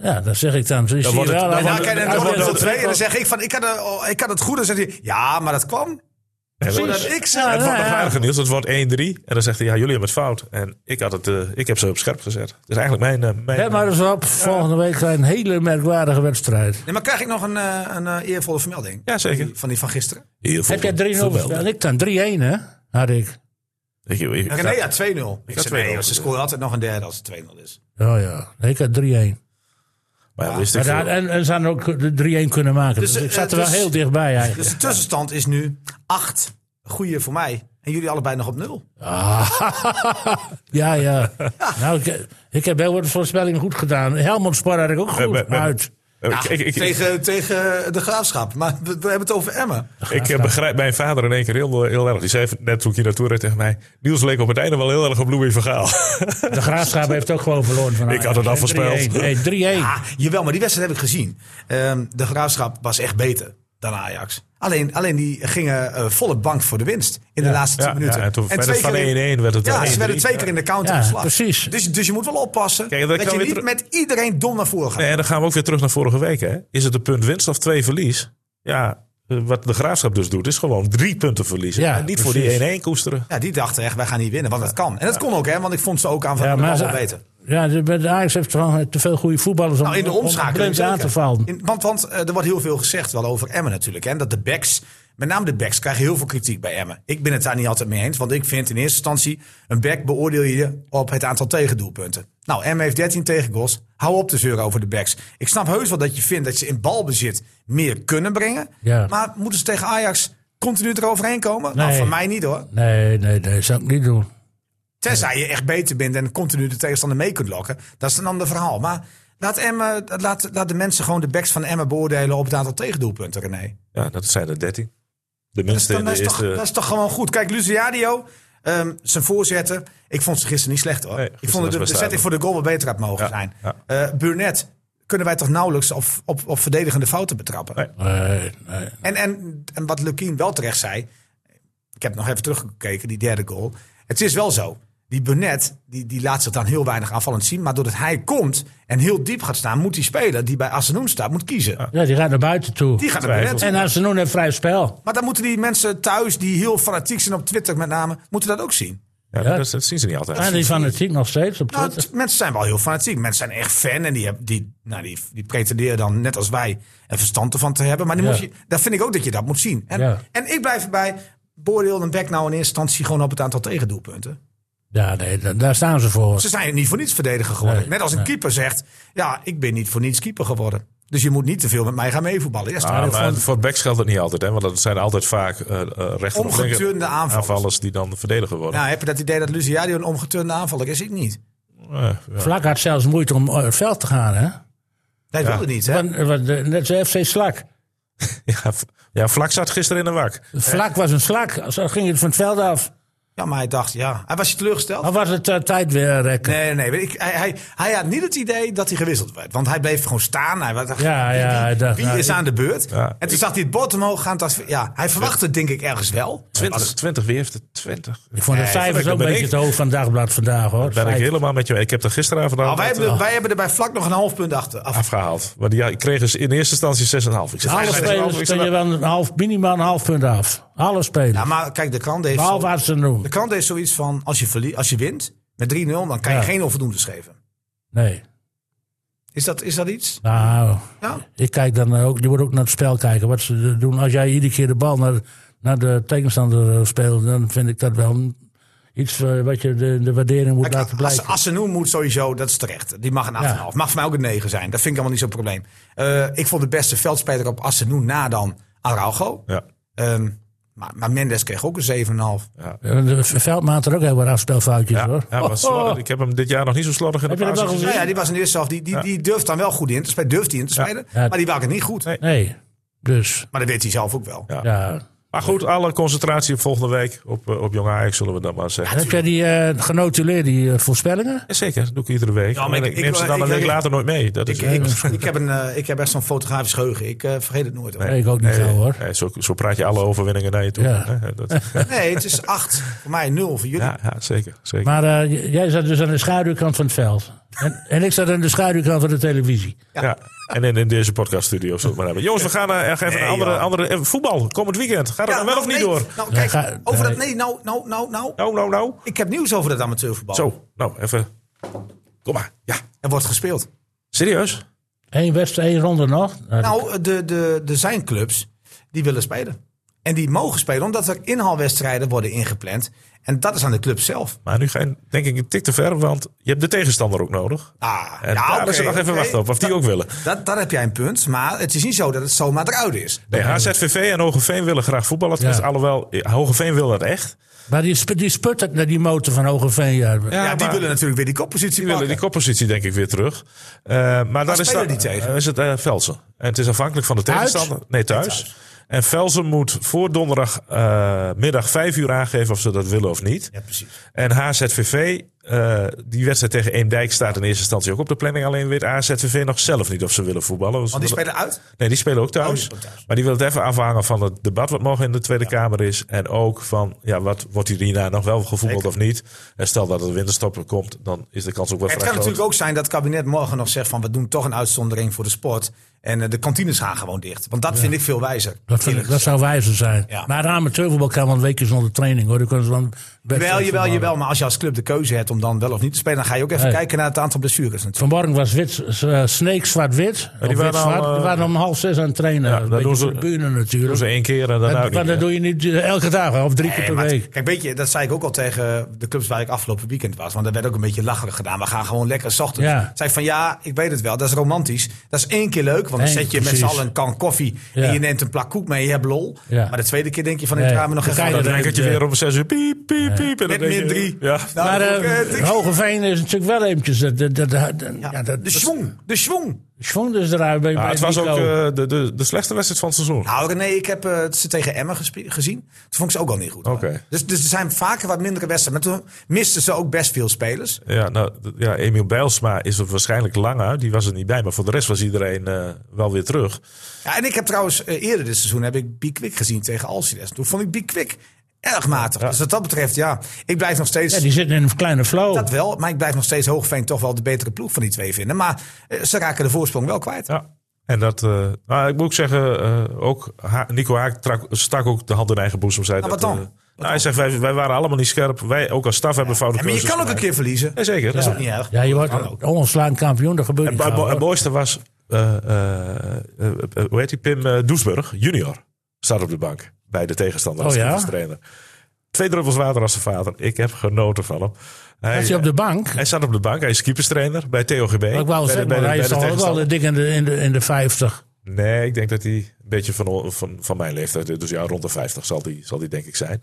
Hè?
ja, dat zeg ik dan. Zie je
wordt het- dan
wel, hij
en dan
wordt-
kan je
hij
het
wordt
wordt
wel
tot twee en dan
prikkeld.
zeg ik van, ik had, er- oh, ik had het goed. Dan zegt hij, ja, maar dat kwam.
En dan-
Zodat ik zelf...
Het
Ja,
wordt nog
ja.
aardiger nieuws. Het wordt 1-3. En dan zegt hij, ja, jullie hebben het fout. En ik, had het, eh, ik heb ze op scherp gezet. Dat is eigenlijk mijn... eh, mijn
Hè, maar dus op, volgende week een hele merkwaardige wedstrijd.
Nee, maar krijg ik nog een, eh, een eh, eervolle vermelding?
Ja, zeker.
Van die- Van die van gisteren.
Heel veel
Heb jij 3-0
vermelden.
gespeeld? Ik dan 3-1 hè, had ik.
Ik, ik, ik-
René had 2-0. Ik
had
zei, nee,
2-0
joh, ze scoren altijd nog een derde als het 2-0 is.
Oh ja, nee, ik had 3-1.
maar ja, wist ik
Maar daar-
veel.
En, en ze hadden ook de 3-1 kunnen maken. Dus,
Dus,
ik zat
eh,
er wel
dus-
heel dichtbij eigenlijk.
Dus de tussenstand is nu 8. Goeie voor mij. En jullie allebei nog op 0.
Ja, ja. Nou, ik, ik heb heel wat voorspellingen goed gedaan. Helmond Spar had ik ook goed
Eh, ben- ben-
uit.
Eh, ik, ik, ik,
tegen, tegen de graafschap. Maar we, we hebben het over Emmen.
ik, eh, begrijp mijn vader in één keer heel, heel erg. Die zei net toen ik hier naartoe reed tegen mij... Niels leek op het einde wel heel erg op Louis van Gaal.
De Graafschap heeft ook gewoon verloren van
Ik had het al
Ajax.
voorspeld.
3-1. Nee, 3-1.
Ah, jawel, maar die wedstrijd heb ik gezien. Ehm, de graafschap was echt beter dan Ajax. Alleen, alleen die gingen eh, volle bank voor de winst in de laatste 10
Ja,
minuten.
ja, en toen werd het
keer
van
in-
1-1 werd het
Ja,
dan
ze werden
1-3.
twee keer in de counter
Ja,
geslagen.
precies.
Dus, dus je moet wel oppassen
Kijk, dat
dat
kan
je
weer
niet
terug-
met iedereen dom naar voren gaat.
Nee, en dan gaan we ook weer terug naar vorige week. Hè? Is het een punt winst of twee verlies? Ja, eh, wat de graafschap dus doet, is gewoon drie punten verliezen.
Ja,
en niet
precies.
voor die 1-1 koesteren.
Ja, die dachten echt, wij gaan niet winnen, want dat kan. En dat kon ook, hè, want ik vond ze ook aan van
Ja,
de bal
maar
wel beter.
ze- ja, de- de Ajax heeft gewoon eh, te veel goede voetballers om,
Nou, in de
om- om
omschakeling.
blind
zeker.
aan te vallen.
In- want want eh, er wordt heel veel gezegd wel over Emmen natuurlijk. Hè? Dat de backs, met name de backs, krijgen heel veel kritiek bij Emmen. Ik ben het daar niet altijd mee eens. Want ik vind in eerste instantie, een back beoordeel je op het aantal tegendoelpunten. Nou, Emmen heeft 13 tegengoals. Hou op te zeuren over de backs. Ik snap heus wel dat je vindt dat ze in balbezit meer kunnen brengen.
Ja.
Maar moeten ze tegen Ajax continu eroverheen komen? Nou,
Nee.
voor mij niet hoor.
Nee, nee, nee, zou ik niet doen.
Tenzij je echt beter bent en continu de tegenstander mee kunt lokken. Dat is een ander verhaal. Maar laat, Emmen, laat, laat de mensen gewoon de backs van Emmen beoordelen op het aantal tegendoelpunten, René.
Ja, dat zijn er 13. De
Dat is,
minste
dan-
in de
dat is toch,
eerste.
dat is toch gewoon goed. Kijk, Luciadio, ehm, zijn voorzetten. Ik vond ze gisteren niet slecht hoor.
Nee,
ik
gisteren
vond
was
de, de
best
setting
aardig.
voor de goal wel beter had mogen
Ja,
zijn.
ja.
Eh, Burnett kunnen wij toch nauwelijks op, op, op verdedigende fouten betrappen.
Nee.
Nee, Eh, nee.
En, en, en wat Lukien wel terecht zei. Ik heb nog even teruggekeken, die derde goal. Het is wel zo. Die Burnett, die, die laat zich dan heel weinig aanvallend zien. Maar doordat hij komt en heel diep gaat staan, moet die speler die bij Assenoen staat, moet kiezen.
Ja, die gaat naar buiten toe.
Die gaat naar
Twijfel.
Burnett.
En als ze doen een vrij spel.
Maar dan moeten die mensen thuis, die heel fanatiek zijn op Twitter met name, moeten dat ook zien.
Ja, maar Dat, dat zien ze niet altijd.
Ah,
En die van het team nog steeds op
Nou,
Twitter.
t- mensen zijn wel heel fanatiek. Mensen zijn echt fan en die, heb- die, nou, die, die pretenderen dan, net als wij, een verstand ervan te hebben. Maar dan
Ja.
moet je, daar vind ik ook dat je dat moet zien. En,
Ja.
en ik blijf erbij, beoordeel een back nou in eerste instantie gewoon op het aantal tegendoelpunten.
Ja, nee, da- daar staan ze voor.
Ze zijn niet voor niets verdediger geworden.
Nee,
net als een keeper zegt, ja, ik ben niet voor niets keeper geworden. Dus je moet niet te veel met mij gaan meevoetballen. Ja,
Ah,
staat
maar
er gewoon-
voor backs geldt het niet altijd, hè? want dat zijn altijd vaak eh eh, rechter- of
Omgeturnde
linker-
aanvallers.
die dan verdediger worden.
nou, heb je dat idee dat Luciadio een omgeturende aanvaller is? Ik niet.
Eh, ja.
Vlak had zelfs moeite om eh, het veld te gaan, hè?
Dat wilde niet, hè?
Want, eh, want, eh, net als FC Slak.
Ja, v- ja, Vlak zat gisteren in de wak.
Vlak was een slak. Zo ging het van het veld af.
Ja, maar hij dacht, ja. Hij was je teleurgesteld?
Of was het eh, tijd weer rekken?
Nee, nee, nee. Ik, hij, hij, hij had niet het idee dat hij gewisseld werd. Want hij bleef gewoon staan. Hij dacht,
Ja, ja, hij dacht,
wie
nou,
is
ik-
aan de beurt?
Ja,
en toen zag hij het bord omhoog gaan. Dat, ja, hij verwachtte het denk ik ergens wel.
20, 20, wie heeft het? 20.
Ik vond de
Nee,
cijfers
dat
ook een
ben
beetje
ik.
te hoog van het dagblad vandaag, hoor.
Ben ik
Feit.
helemaal met jou. Ik heb er gisteravond
Maar
aan
Nou, wij, hebben, er- wij hebben er bij vlak nog een half punt achter. Af,
afgehaald. Want die ja, kregen ze in eerste instantie 6,5. Ik zeg,
Alle
"Ah,
spelers
ik
kun
zeg,
je wel een half, minimaal een half punt af. Alle spelers.
Ja, maar kijk, de krant heeft,
Behalve wat ze doen.
de krant heeft zoiets van... Als je, verlie, als je wint met 3-0, dan kan je
Ja.
geen onvoldoende schrijven.
Nee.
Is dat, is dat iets?
Nou,
Ja?
ik kijk dan ook... Je moet ook naar het spel kijken. Wat ze doen. Als jij iedere keer de bal naar, naar de tegenstander eh, speelt... dan vind ik dat wel een- iets eh, wat je de, de waardering moet laten blijken.
Assenou moet sowieso, dat is terecht. Die mag een 8,5. Mag voor mij ook een 9 zijn. Dat vind ik allemaal niet zo'n probleem. Eh, ik vond de beste veldspeler op Assenou na dan Araujo.
Ja.
Ehm, Maar, maar Mendes kreeg ook een 7,5.
Ja, Eh, de Veldmaat er ook heel wat afspelfoutjes
Ja,
hoor. Oh.
ja, wat slordig. ik heb hem dit jaar nog niet zo slordig in de
Heb je dat
basis
wel
gezien.
Nou ja, die was in de eerste helft. Die, die, die durft dan wel goed in te spelen. Durft hij in te spelen.
Ja.
Maar die waren het niet goed.
Nee, dus
Maar dat weet hij zelf ook wel.
Ja.
ja.
Maar goed, alle concentratie op volgende week op, eh, op Jong Ajax zullen we dat maar zeggen.
Heb jij die eh, genotuleerd, die eh, voorspellingen?
Ja, Zeker, dat doe ik iedere week.
Ja, maar
maar
ik-
ik,
ik
neem
wil-
ze dan
ik-
een week
ik-
later nooit mee. Dat is
Ik, ik, ik heb, een, eh, ik heb echt zo'n fotografisch geheugen. Ik eh, vergeet het nooit. Hoor.
Nee, ik ook niet zo hoor.
Nee, zo, zo praat je alle overwinningen naar je toe.
Ja.
hè. Dat,
Nee, het is 8. Voor mij 0 voor jullie.
ja, ja, zeker. zeker.
Maar eh, j- jij zat dus aan de schaduwkant van het veld. En, en ik zat aan de schaduwkant van de televisie.
ja. En in, in deze podcaststudio zullen we maar hebben. Jongens, we gaan eh, even
Nee,
naar andere,
joh.
andere eh, voetbal. Komend weekend. Gaat het
Ja,
dan wel
nou,
of niet
nee.
door?
Nou,
Ja,
kijk,
ga-
over dat...
nee.
Nee, nou, nou, nou, nou.
Nou, nou, nou.
Ik heb nieuws over dat amateurvoetbal.
Zo, nou, even. Kom maar. Ja,
Er wordt gespeeld.
serieus?
Eén wedstrijd, één ronde nog. Nou,
Nou, eh, de, de, er zijn clubs die willen spelen. En die mogen spelen, omdat er inhaalwedstrijden worden ingepland. En dat is aan de club zelf.
Maar nu ga je denk ik een tik te ver, want je hebt de tegenstander ook nodig.
Ah,
En
ja,
daar
oké,
is er nog even
oké.
wachten op, of die ook willen.
Dat, daar heb jij een punt, maar het is niet zo dat het zomaar eruit is.
Nee, HZVV en Hogeveen willen graag voetballen.
Ja.
Tenminste, Alhoewel, eh, Hogeveen wil dat echt.
Maar die, sp- die sputtert naar die motor van Hogeveen. Ja.
Ja, die
maar-
willen natuurlijk weer die koppositie
Die willen die
pakken.
koppositie denk ik weer terug. Eh, maar dan is,
spelen
dat,
die tegen?
eh, is het eh, Velsen. En het is afhankelijk van de
Thuis?
tegenstander. Nee, thuis. En Velsen moet voor donderdagmiddag middag 5 uur aangeven of ze dat willen of niet.
Ja, precies.
En HZVV, eh, die wedstrijd tegen Eemdijk staat in eerste instantie ook op de planning. Alleen weet HZVV nog zelf niet of ze willen voetballen. Want ze
Want die
willen-
spelen uit.
Nee, die spelen ook
Oh, die
thuis.
spelen thuis.
Maar die wil het even afhangen van het debat wat morgen in de Tweede Kamer is. En ook van, ja, wat wordt hier hierna nog wel gevoetbald of niet? En stel dat er winterstop komt, dan is de kans ook wel
Het
vrij groot.
kan natuurlijk ook zijn dat het kabinet morgen nog zegt van we doen toch een uitzondering voor de sport. En eh, de kantines gaan gewoon dicht. Want dat vind ik veel wijzer.
Dat, vind ik- dat zou wijzer zijn.
Ja.
Maar de amateurvoetbal kan wel een weekje zonder training hoor. Dan kunnen ze wel een wedstrijd
Jawel, jawel,
voetballen.
jawel. Maar als je als club de keuze hebt om dan wel of niet te spelen, dan ga je ook even
Nee.
kijken naar het aantal blessures natuurlijk.
Vanmorgen was wit, eh, Sneek zwart-wit.
die
Of
waren al,
wit-zwart. Die
eh,
waren om half zes aan het trainen.
Ja,
een
dat
beetje
doen ze-
voor de buren natuurlijk.
Doe ze één keer en dan
dat,
houdt
maar
niet.
dat
hè?
doe je niet eh, elke dag hè, of drie keer
Nee,
per
maar
week.
Kijk, weet je, dat zei ik ook al tegen de clubs waar ik afgelopen weekend was. Want daar werd ook een beetje lacherig gedaan. We gaan gewoon lekker 's ochtends.
Ja.
Zei ik van ja, ik weet het wel. Dat is romantisch. Dat is één keer leuk. Want dan
Nee,
zet je
precies.
met z'n allen een kan koffie.
Ja.
En je neemt een plak koek mee. Je hebt lol.
Ja.
Maar de tweede keer denk je van ik
Nee,
ga me nog
dan ga
even.
je
Dan
dat-
denk ik je
eh,
weer om zes uur piep, piep, piep. En dan
Met
denk je-
min drie.
Ja. Ah,
Nou,
maar
dan doe ik,
eh,
eh, dik-
Hogeveen is natuurlijk wel eventjes... De, de, de, de, de- ja, dat-
de schwung. De schwung.
schwung is eruit bij,
Ja,
bij
het was ook
Nico.
eh, de, de, de slechtste wedstrijd van het seizoen.
Nou, René, ik heb eh, ze tegen Emmen gespe- gezien. Toen vond ik ze ook al niet goed.
Oké.
Dus, dus er zijn vaker wat mindere wedstrijden. Maar toen misten ze ook best veel spelers.
Ja, nou, d- ja, Emiel Bijlsma is er waarschijnlijk lang uit. Die was er niet bij. Maar voor de rest was iedereen eh, wel weer terug.
Ja, en ik heb trouwens eh, eerder dit seizoen heb ik Bikwik gezien tegen Alcides. Toen vond ik Bikwik erg matig. Dus wat dat betreft, ja, ik blijf nog steeds.
Ja, die zitten in een kleine flow.
Dat wel, maar ik blijf nog steeds Hoogveen toch wel de betere ploeg van die twee vinden. Maar eh, ze raken de voorsprong wel kwijt.
Ja. En dat, eh, nou, ik moet ook zeggen, eh, ook Ha- Nico Haak trak, stak ook de hand in eigen boezem. Zei
Nou,
dat,
wat dan?
eh, nou, hij zegt, wij, wij waren allemaal niet scherp. Wij, ook als staf, hebben fouten
Ja, maar je
keuzes
kan ook een
gemaakt.
keer verliezen.
Ja, zeker.
Dat
Ja.
is ook niet erg.
ja, je wordt ongeslagen kampioen, dat gebeurt
En
niet
het
gauw,
mo-
hoor.
het mooiste was, eh, eh, eh, eh, hoe heet die, Pim eh, Doesburg, junior, staat op de bank bij de tegenstander als
Oh, ja?
trainer. Twee druppels water als zijn vader. Ik heb genoten van hem. Hij,
Als je op de bank...
hij staat op de bank, hij is keeperstrainer bij TOGB.
Ik wou
bij de-
zeggen,
bij
maar
de-
hij
bij
is
de
toch ook wel
tegenstander.
dik in de, in de, in de 50.
Nee, ik denk dat hij een beetje van, van, van mijn leeftijd, is. dus ja, rond de 50 zal die, zal die denk ik zijn.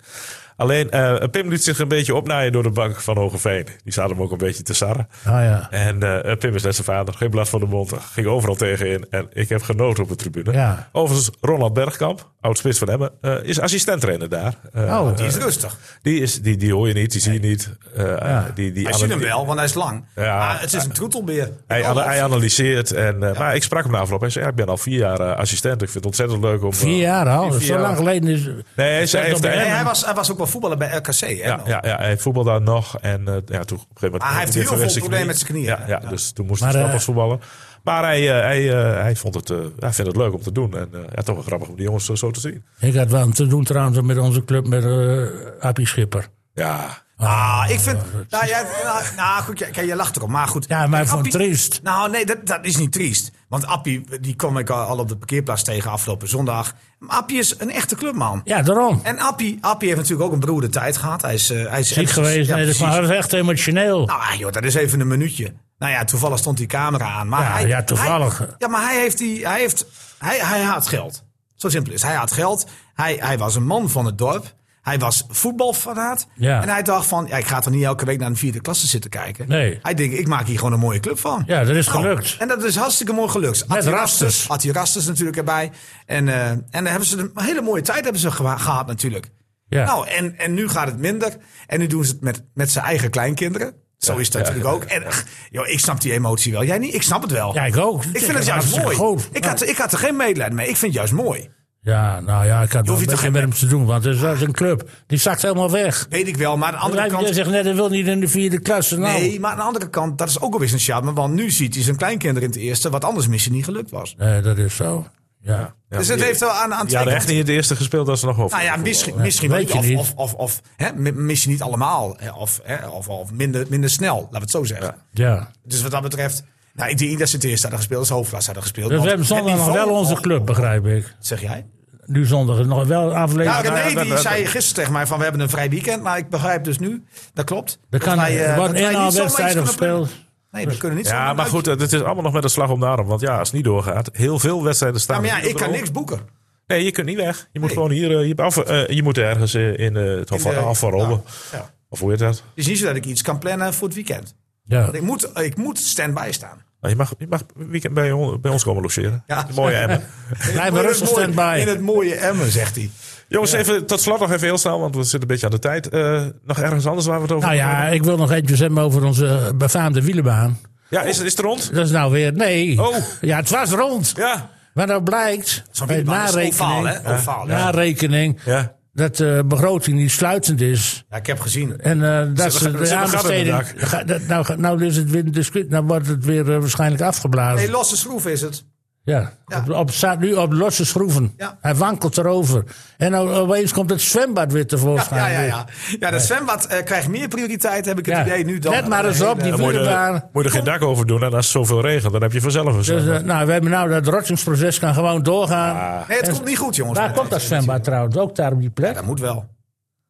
Alleen, eh, Pim liet zich een beetje opnaaien door de bank van Hogeveen. Die zaten hem ook een beetje te sarren.
Ah ja.
En eh, Pim is net zijn vader, geen blad van de mond, ging overal tegenin. En ik heb genoten op de tribune.
Ja.
Overigens, Ronald Bergkamp, oud-spits van Emmen, eh, is assistent-trainer daar. Eh,
Oh,
Die is rustig.
Die, is, die, die hoor je niet, die zie je niet. Eh, die, die
Hij ziet hem
analy-
wel, want hij is lang.
Ja.
maar het is een troetelbeer. Oh,
Hij,
Ik-
ana- hij analyseert. En, eh, Maar ik sprak hem na afloop. Hij zei, ja, ik ben al vier jaar eh, assistent. Ik vind het ontzettend leuk om... eh,
Vier jaar al,
vier
zo lang geleden is...
Nee, hij, zei- hij heeft...
Nee,
Nee,
hij-
hij, was, hij was ook wel voetballer bij RKC. Hè,
ja,
nog.
ja, ja, hij voetbalde daar nog. En eh, ja, toen op een gegeven moment...
Maar Ah, hij heeft
weer
heel veel
verweste knie.
problemen met zijn knieën.
Ja, ja, dus toen moest
Maar,
hij
eh,
stappels voetballen. Maar hij, eh, hij, eh, hij, vond het, eh, hij vindt het leuk om te doen. En eh, ja, toch wel grappig om die jongens eh, zo te zien.
Ik had wel te doen trouwens met onze club, met eh Appie Schipper.
Ja,
Ah, ik vind. Nou, jij, nou, nou, goed, jij, kijk, jij lacht erop, maar goed.
Ja, maar
Kijk,
van
Appie-
triest.
Nou, nee, dat, dat is niet triest. Want Appie, die kwam ik al, al op de parkeerplaats tegen afgelopen zondag. Maar Appie is een echte clubman.
Ja, daarom.
En Appie, Appie heeft natuurlijk ook een beroerde tijd gehad. Hij is, eh hij is
Ziek geweest,
Ja,
nee, dat
precies.
was echt emotioneel.
Nou, ah, joh, dat is even een minuutje. Nou ja, toevallig stond die camera aan. Maar
Ja,
hij,
ja, toevallig.
hij- ja, maar hij heeft, die, hij, heeft hij, hij haat geld. Zo simpel is. het. Hij had geld. Hij, hij was een man van het dorp. Hij was voetbalfanaat.
Ja.
En hij dacht van, ja, ik ga toch niet elke week naar een vierde klasse zitten kijken.
Nee.
Hij denkt, ik maak hier gewoon een mooie club van.
Ja, dat is
Nou,
gelukt.
en dat is hartstikke mooi gelukt.
Met
Atirasters.
rasters.
Atirasters natuurlijk erbij. En, eh, en dan hebben ze een hele mooie tijd hebben ze gewa- gehad natuurlijk.
Ja.
Nou, en, en nu gaat het minder. En nu doen ze het met, met zijn eigen kleinkinderen. Zo is het
ja,
natuurlijk ook. En ach, joh, ik snap die emotie wel. Jij niet? Ik snap het wel.
Ja, ik ook.
Ik vind het juist mooi. Ik, had, ik had er geen medelijden mee. Ik vind het juist mooi.
Ja, nou ja, ik had
hoeft
nog
je
een beetje
toch
met hem te doen, want het was een club. Die zakt helemaal weg.
Weet ik wel. Maar aan de andere
Jij
kant...
zegt net, hij wil niet in de vierde klasse. Nou,
Nee, maar aan de andere kant, dat is ook wel weer een charme. Want nu ziet hij zijn kleinkinderen in het eerste, wat anders misschien niet gelukt was.
Nee, dat is zo. Ja.
Ja,
dus het
die-
heeft wel aan, aan
die hadden
twee
echt niet in de eerste gespeeld dat ze nog over.
Nou ja, misschien, misschien wel
weet je
of,
niet.
Of, of, of hè, mi- misschien niet allemaal. hè, Of, hè, of, of minder, minder snel, laten we het zo zeggen.
ja.
Dus wat dat betreft... Nou, ik denk niet dat ze het eerst hadden gespeeld, als hoofdklasse hadden gespeeld.
Dus we
want
hebben
het
zondag nog
niveau-
wel onze club, begrijp ik.
Zeg jij?
Nu zondag is nog wel aflevering.
Ja, René
ja, dat-
die
dat-
zei gisteren tegen mij van we hebben een vrij weekend. Maar ik begrijp dus nu, dat klopt.
er kan,
wij, eh,
er
dat
worden
wij niet zomaar iets
wedstrijden
kunnen
gespeeld.
plannen. Nee, we kunnen niet
Ja,
zomaar Nou,
maar
uit-
goed, het is allemaal nog met een slag om de arm. Want ja, als het niet doorgaat, heel veel wedstrijden staan.
eh,
Ja, maar ja,
natuurlijk
ik kan
erop.
niks boeken.
Nee, je kunt niet weg. Je moet
Nee.
gewoon hier, eh, hier af, eh, je moet ergens eh, in eh, het Hof
In de-
van Af van
nou,
Robben.
ja.
Of hoe heet dat?
Het is niet zo dat ik iets kan plannen voor het weekend.
Ja.
Want Ik moet, ik moet stand-by staan.
Nou, je, mag, je mag weekend bij, on- bij ons komen logeren.
Ja.
Mooie emmer.
Blijf
In
maar
het
rustig
mooie-
stand-by.
In het mooie Emmen, zegt hij.
Jongens, even tot slot nog even heel snel, want we zitten een beetje aan de tijd. Eh, nog ergens anders waar we het over
Nou
moeten
ja,
hebben?
ik wil nog eventjes hebben over onze befaamde wielerbaan.
ja, is, is het rond?
Dat is nou weer, nee.
Oh.
Ja, het was rond.
Ja.
Maar nou blijkt,
Zo'n
bij
wielerbaan is
narekening,
ovaal, hè? Ovaal, ja.
narekening
Ja.
dat de begroting niet sluitend is.
Ja, ik heb gezien.
En eh, dat
Zit er-
ze
zit
de
er
aanbesteding.
gat in de
Ga- dat- Nou, ga- nou, is het weer een discussie, nou wordt het weer eh, waarschijnlijk afgeblazen.
Nee, losse schroef is het.
ja.
Ja.
Op, op, staat nu op losse schroeven.
Ja.
Hij wankelt erover. En nou, opeens komt het zwembad weer
Ja, ja,
tevoorschijn.
ja. ja. ja dat zwembad eh, krijgt meer prioriteit, heb ik het
Ja.
idee nu dan.
Let maar eens
een
op,
hele-
Dan
die-
moet je, er-
Wielerbaan.
moet je er geen dak over doen en als het zoveel regent, dan heb je vanzelf een
Dus,
zwembad.
eh, nou, we hebben nou dat rotsingsproces kan gewoon doorgaan.
Nee, het komt niet goed, jongens.
Waar
met
komt dat
deze-
zwembad trouwens? Ook daar op die plek?
Dat moet wel.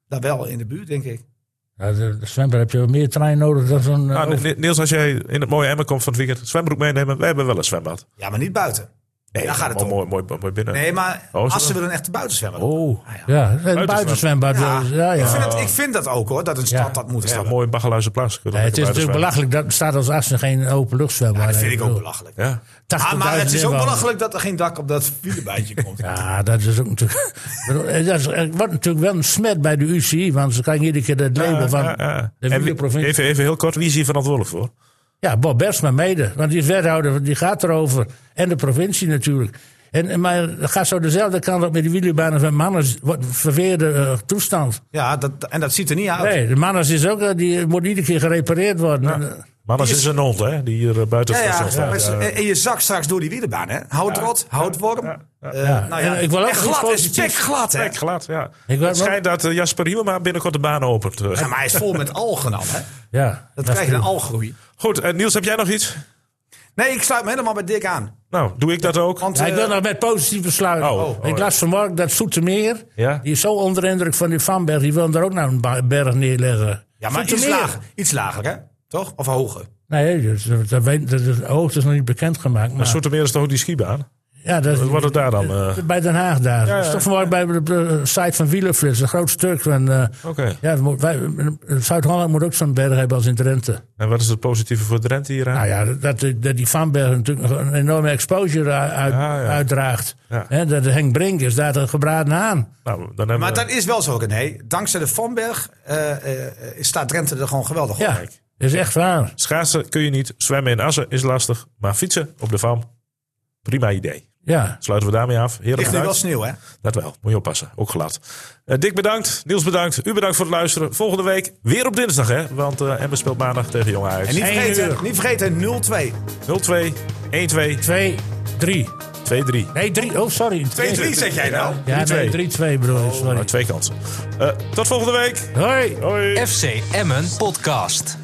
Dat wel, in de buurt, denk ik.
Nou, de- de zwembad heb je wel meer trein nodig dan zo'n...
Ah,
eh,
Nou,
over-
Ni- Niels, als jij in het mooie emmer komt van het weekend, zwembroek meenemen. Wij hebben wel een zwembad.
Ja, maar niet buiten. Nee, daar gaat het
mooi,
om.
mooi, mooi, mooi binnen.
Nee, maar Ah,
Oh, is
als ze
dat-
willen echt buiten zwemmen.
Oh,
ja, een buitenzwembad.
Ja,
Ja, ja.
Ik, vind het, ik vind dat ook hoor, dat een stad
Ja.
dat moet
is dat
hebben.
mooi Baggeluizen Plas. Kunnen
Nee,
we
het is
lekker
natuurlijk
buiten
belachelijk. Dat staat als Assen geen openluchtzwembad.
Dat vind
heeft.
ik ook belachelijk.
zwemmen. Ja.
Ah, maar het
80.000
is ook
inwoners.
belachelijk dat er geen dak op dat wielerbijtje komt.
Ja, dat is ook natuurlijk. Ik bedoel, eh, dat is, eh, wordt natuurlijk wel een smet bij de UCI, want ze krijgen iedere keer dat label van
Ja, ja.
de
En wie-
wielerprovincie.
Even, even heel kort, wie is hier verantwoordelijk voor?
Ja, Bob Bersma mede, want die is wethouder, die gaat erover. En de provincie natuurlijk. En, en maar het gaat zo dezelfde kant op met die wielerbanen van Manners. Wat een verweerde eh, toestand.
Ja, dat, en dat ziet er niet uit.
Nee, de Manners is ook, eh, die moet iedere keer gerepareerd worden. En, eh,
Maar dat is een hond, hè? Die hier eh, buiten
Ja,
het
ja,
station
maar
staat.
ze- En je zak straks door die wielerbaan, hè? Hout rot, hout warm. Eh, nou ja.
En ik wil ook
en glad is
iets positiefs.
pek glad, hè?
Kijk, glad, ja.
weet wel-
Het schijnt dat eh, Jasper Hielema binnenkort de baan opent. eh.
Ja, maar hij is vol met algen al, hè?
ja,
Dat krijg je
is
een algroei.
Goed, eh, Niels, heb jij nog iets?
Nee, ik sluit me helemaal bij Dick aan.
Nou, doe ik dat ook?
Want,
Ja,
eh,
ik wil nog met positieve sluiten.
Oh, oh,
ik
ja.
las vanmorgen dat Soetermeer,
Ja.
die is zo onder indruk van die Vanberg, die wil hem er ook nou een ba- berg neerleggen.
ja, maar iets
Soetermeer.
lager, iets lager, hè? Toch? Of hoger?
Nee, dus, dat, dat, weet- dat, is- de hoogte is nog niet bekendgemaakt. Maar,
Soetermeer is toch ook die skibaan?
ja, dat,
Wat wordt het daar dan? eh?
bij Den Haag daar. Dat is toch vanmorgen bij de, de site van Wielerflits, een groot stuk. Van, eh,
Oké.
ja, we moet- wij- Zuid-Holland moet ook zo'n berg hebben als in Drenthe.
En wat is het positieve voor de rente hier aan?
Nou ja, dat, dat die Vanberg natuurlijk nog een enorme exposure uit- uit-
Ja, ja.
uitdraagt.
Ja.
Hè, dat Henk Brink is daar de gebraden aan.
Nou, dan hebben
Maar
we-
dat is wel zo, René. Dankzij de Vanberg eh, eh, eh, staat Drenthe er gewoon geweldig op.
Ja, dat is echt waar.
Schaatsen kun je niet, zwemmen in Assen is lastig, maar fietsen op de Vam, prima idee.
Ja,
Sluiten we daarmee af. Heren,
Ligt nu wel
bedankt.
sneeuw, hè?
Dat wel, moet je oppassen, ook glad. Eh, Dick bedankt, Niels bedankt, u bedankt voor het luisteren. Volgende week weer op dinsdag, hè? Want eh Emmen speelt maandag tegen Jong Ajax.
En niet
Eén
vergeten,
uur.
niet vergeten 0-2.
0-2, 1-2,
twee, drie.
2-3.
Nee, drie. Oh, sorry.
2-3 zeg jij nou?
Ja, nee, drie, twee Oh, bedoel ik.
Oh,
Sorry.
Nou, twee kansen. Eh, tot volgende week.
Hoi.
Hoi.
FC Emmen Podcast.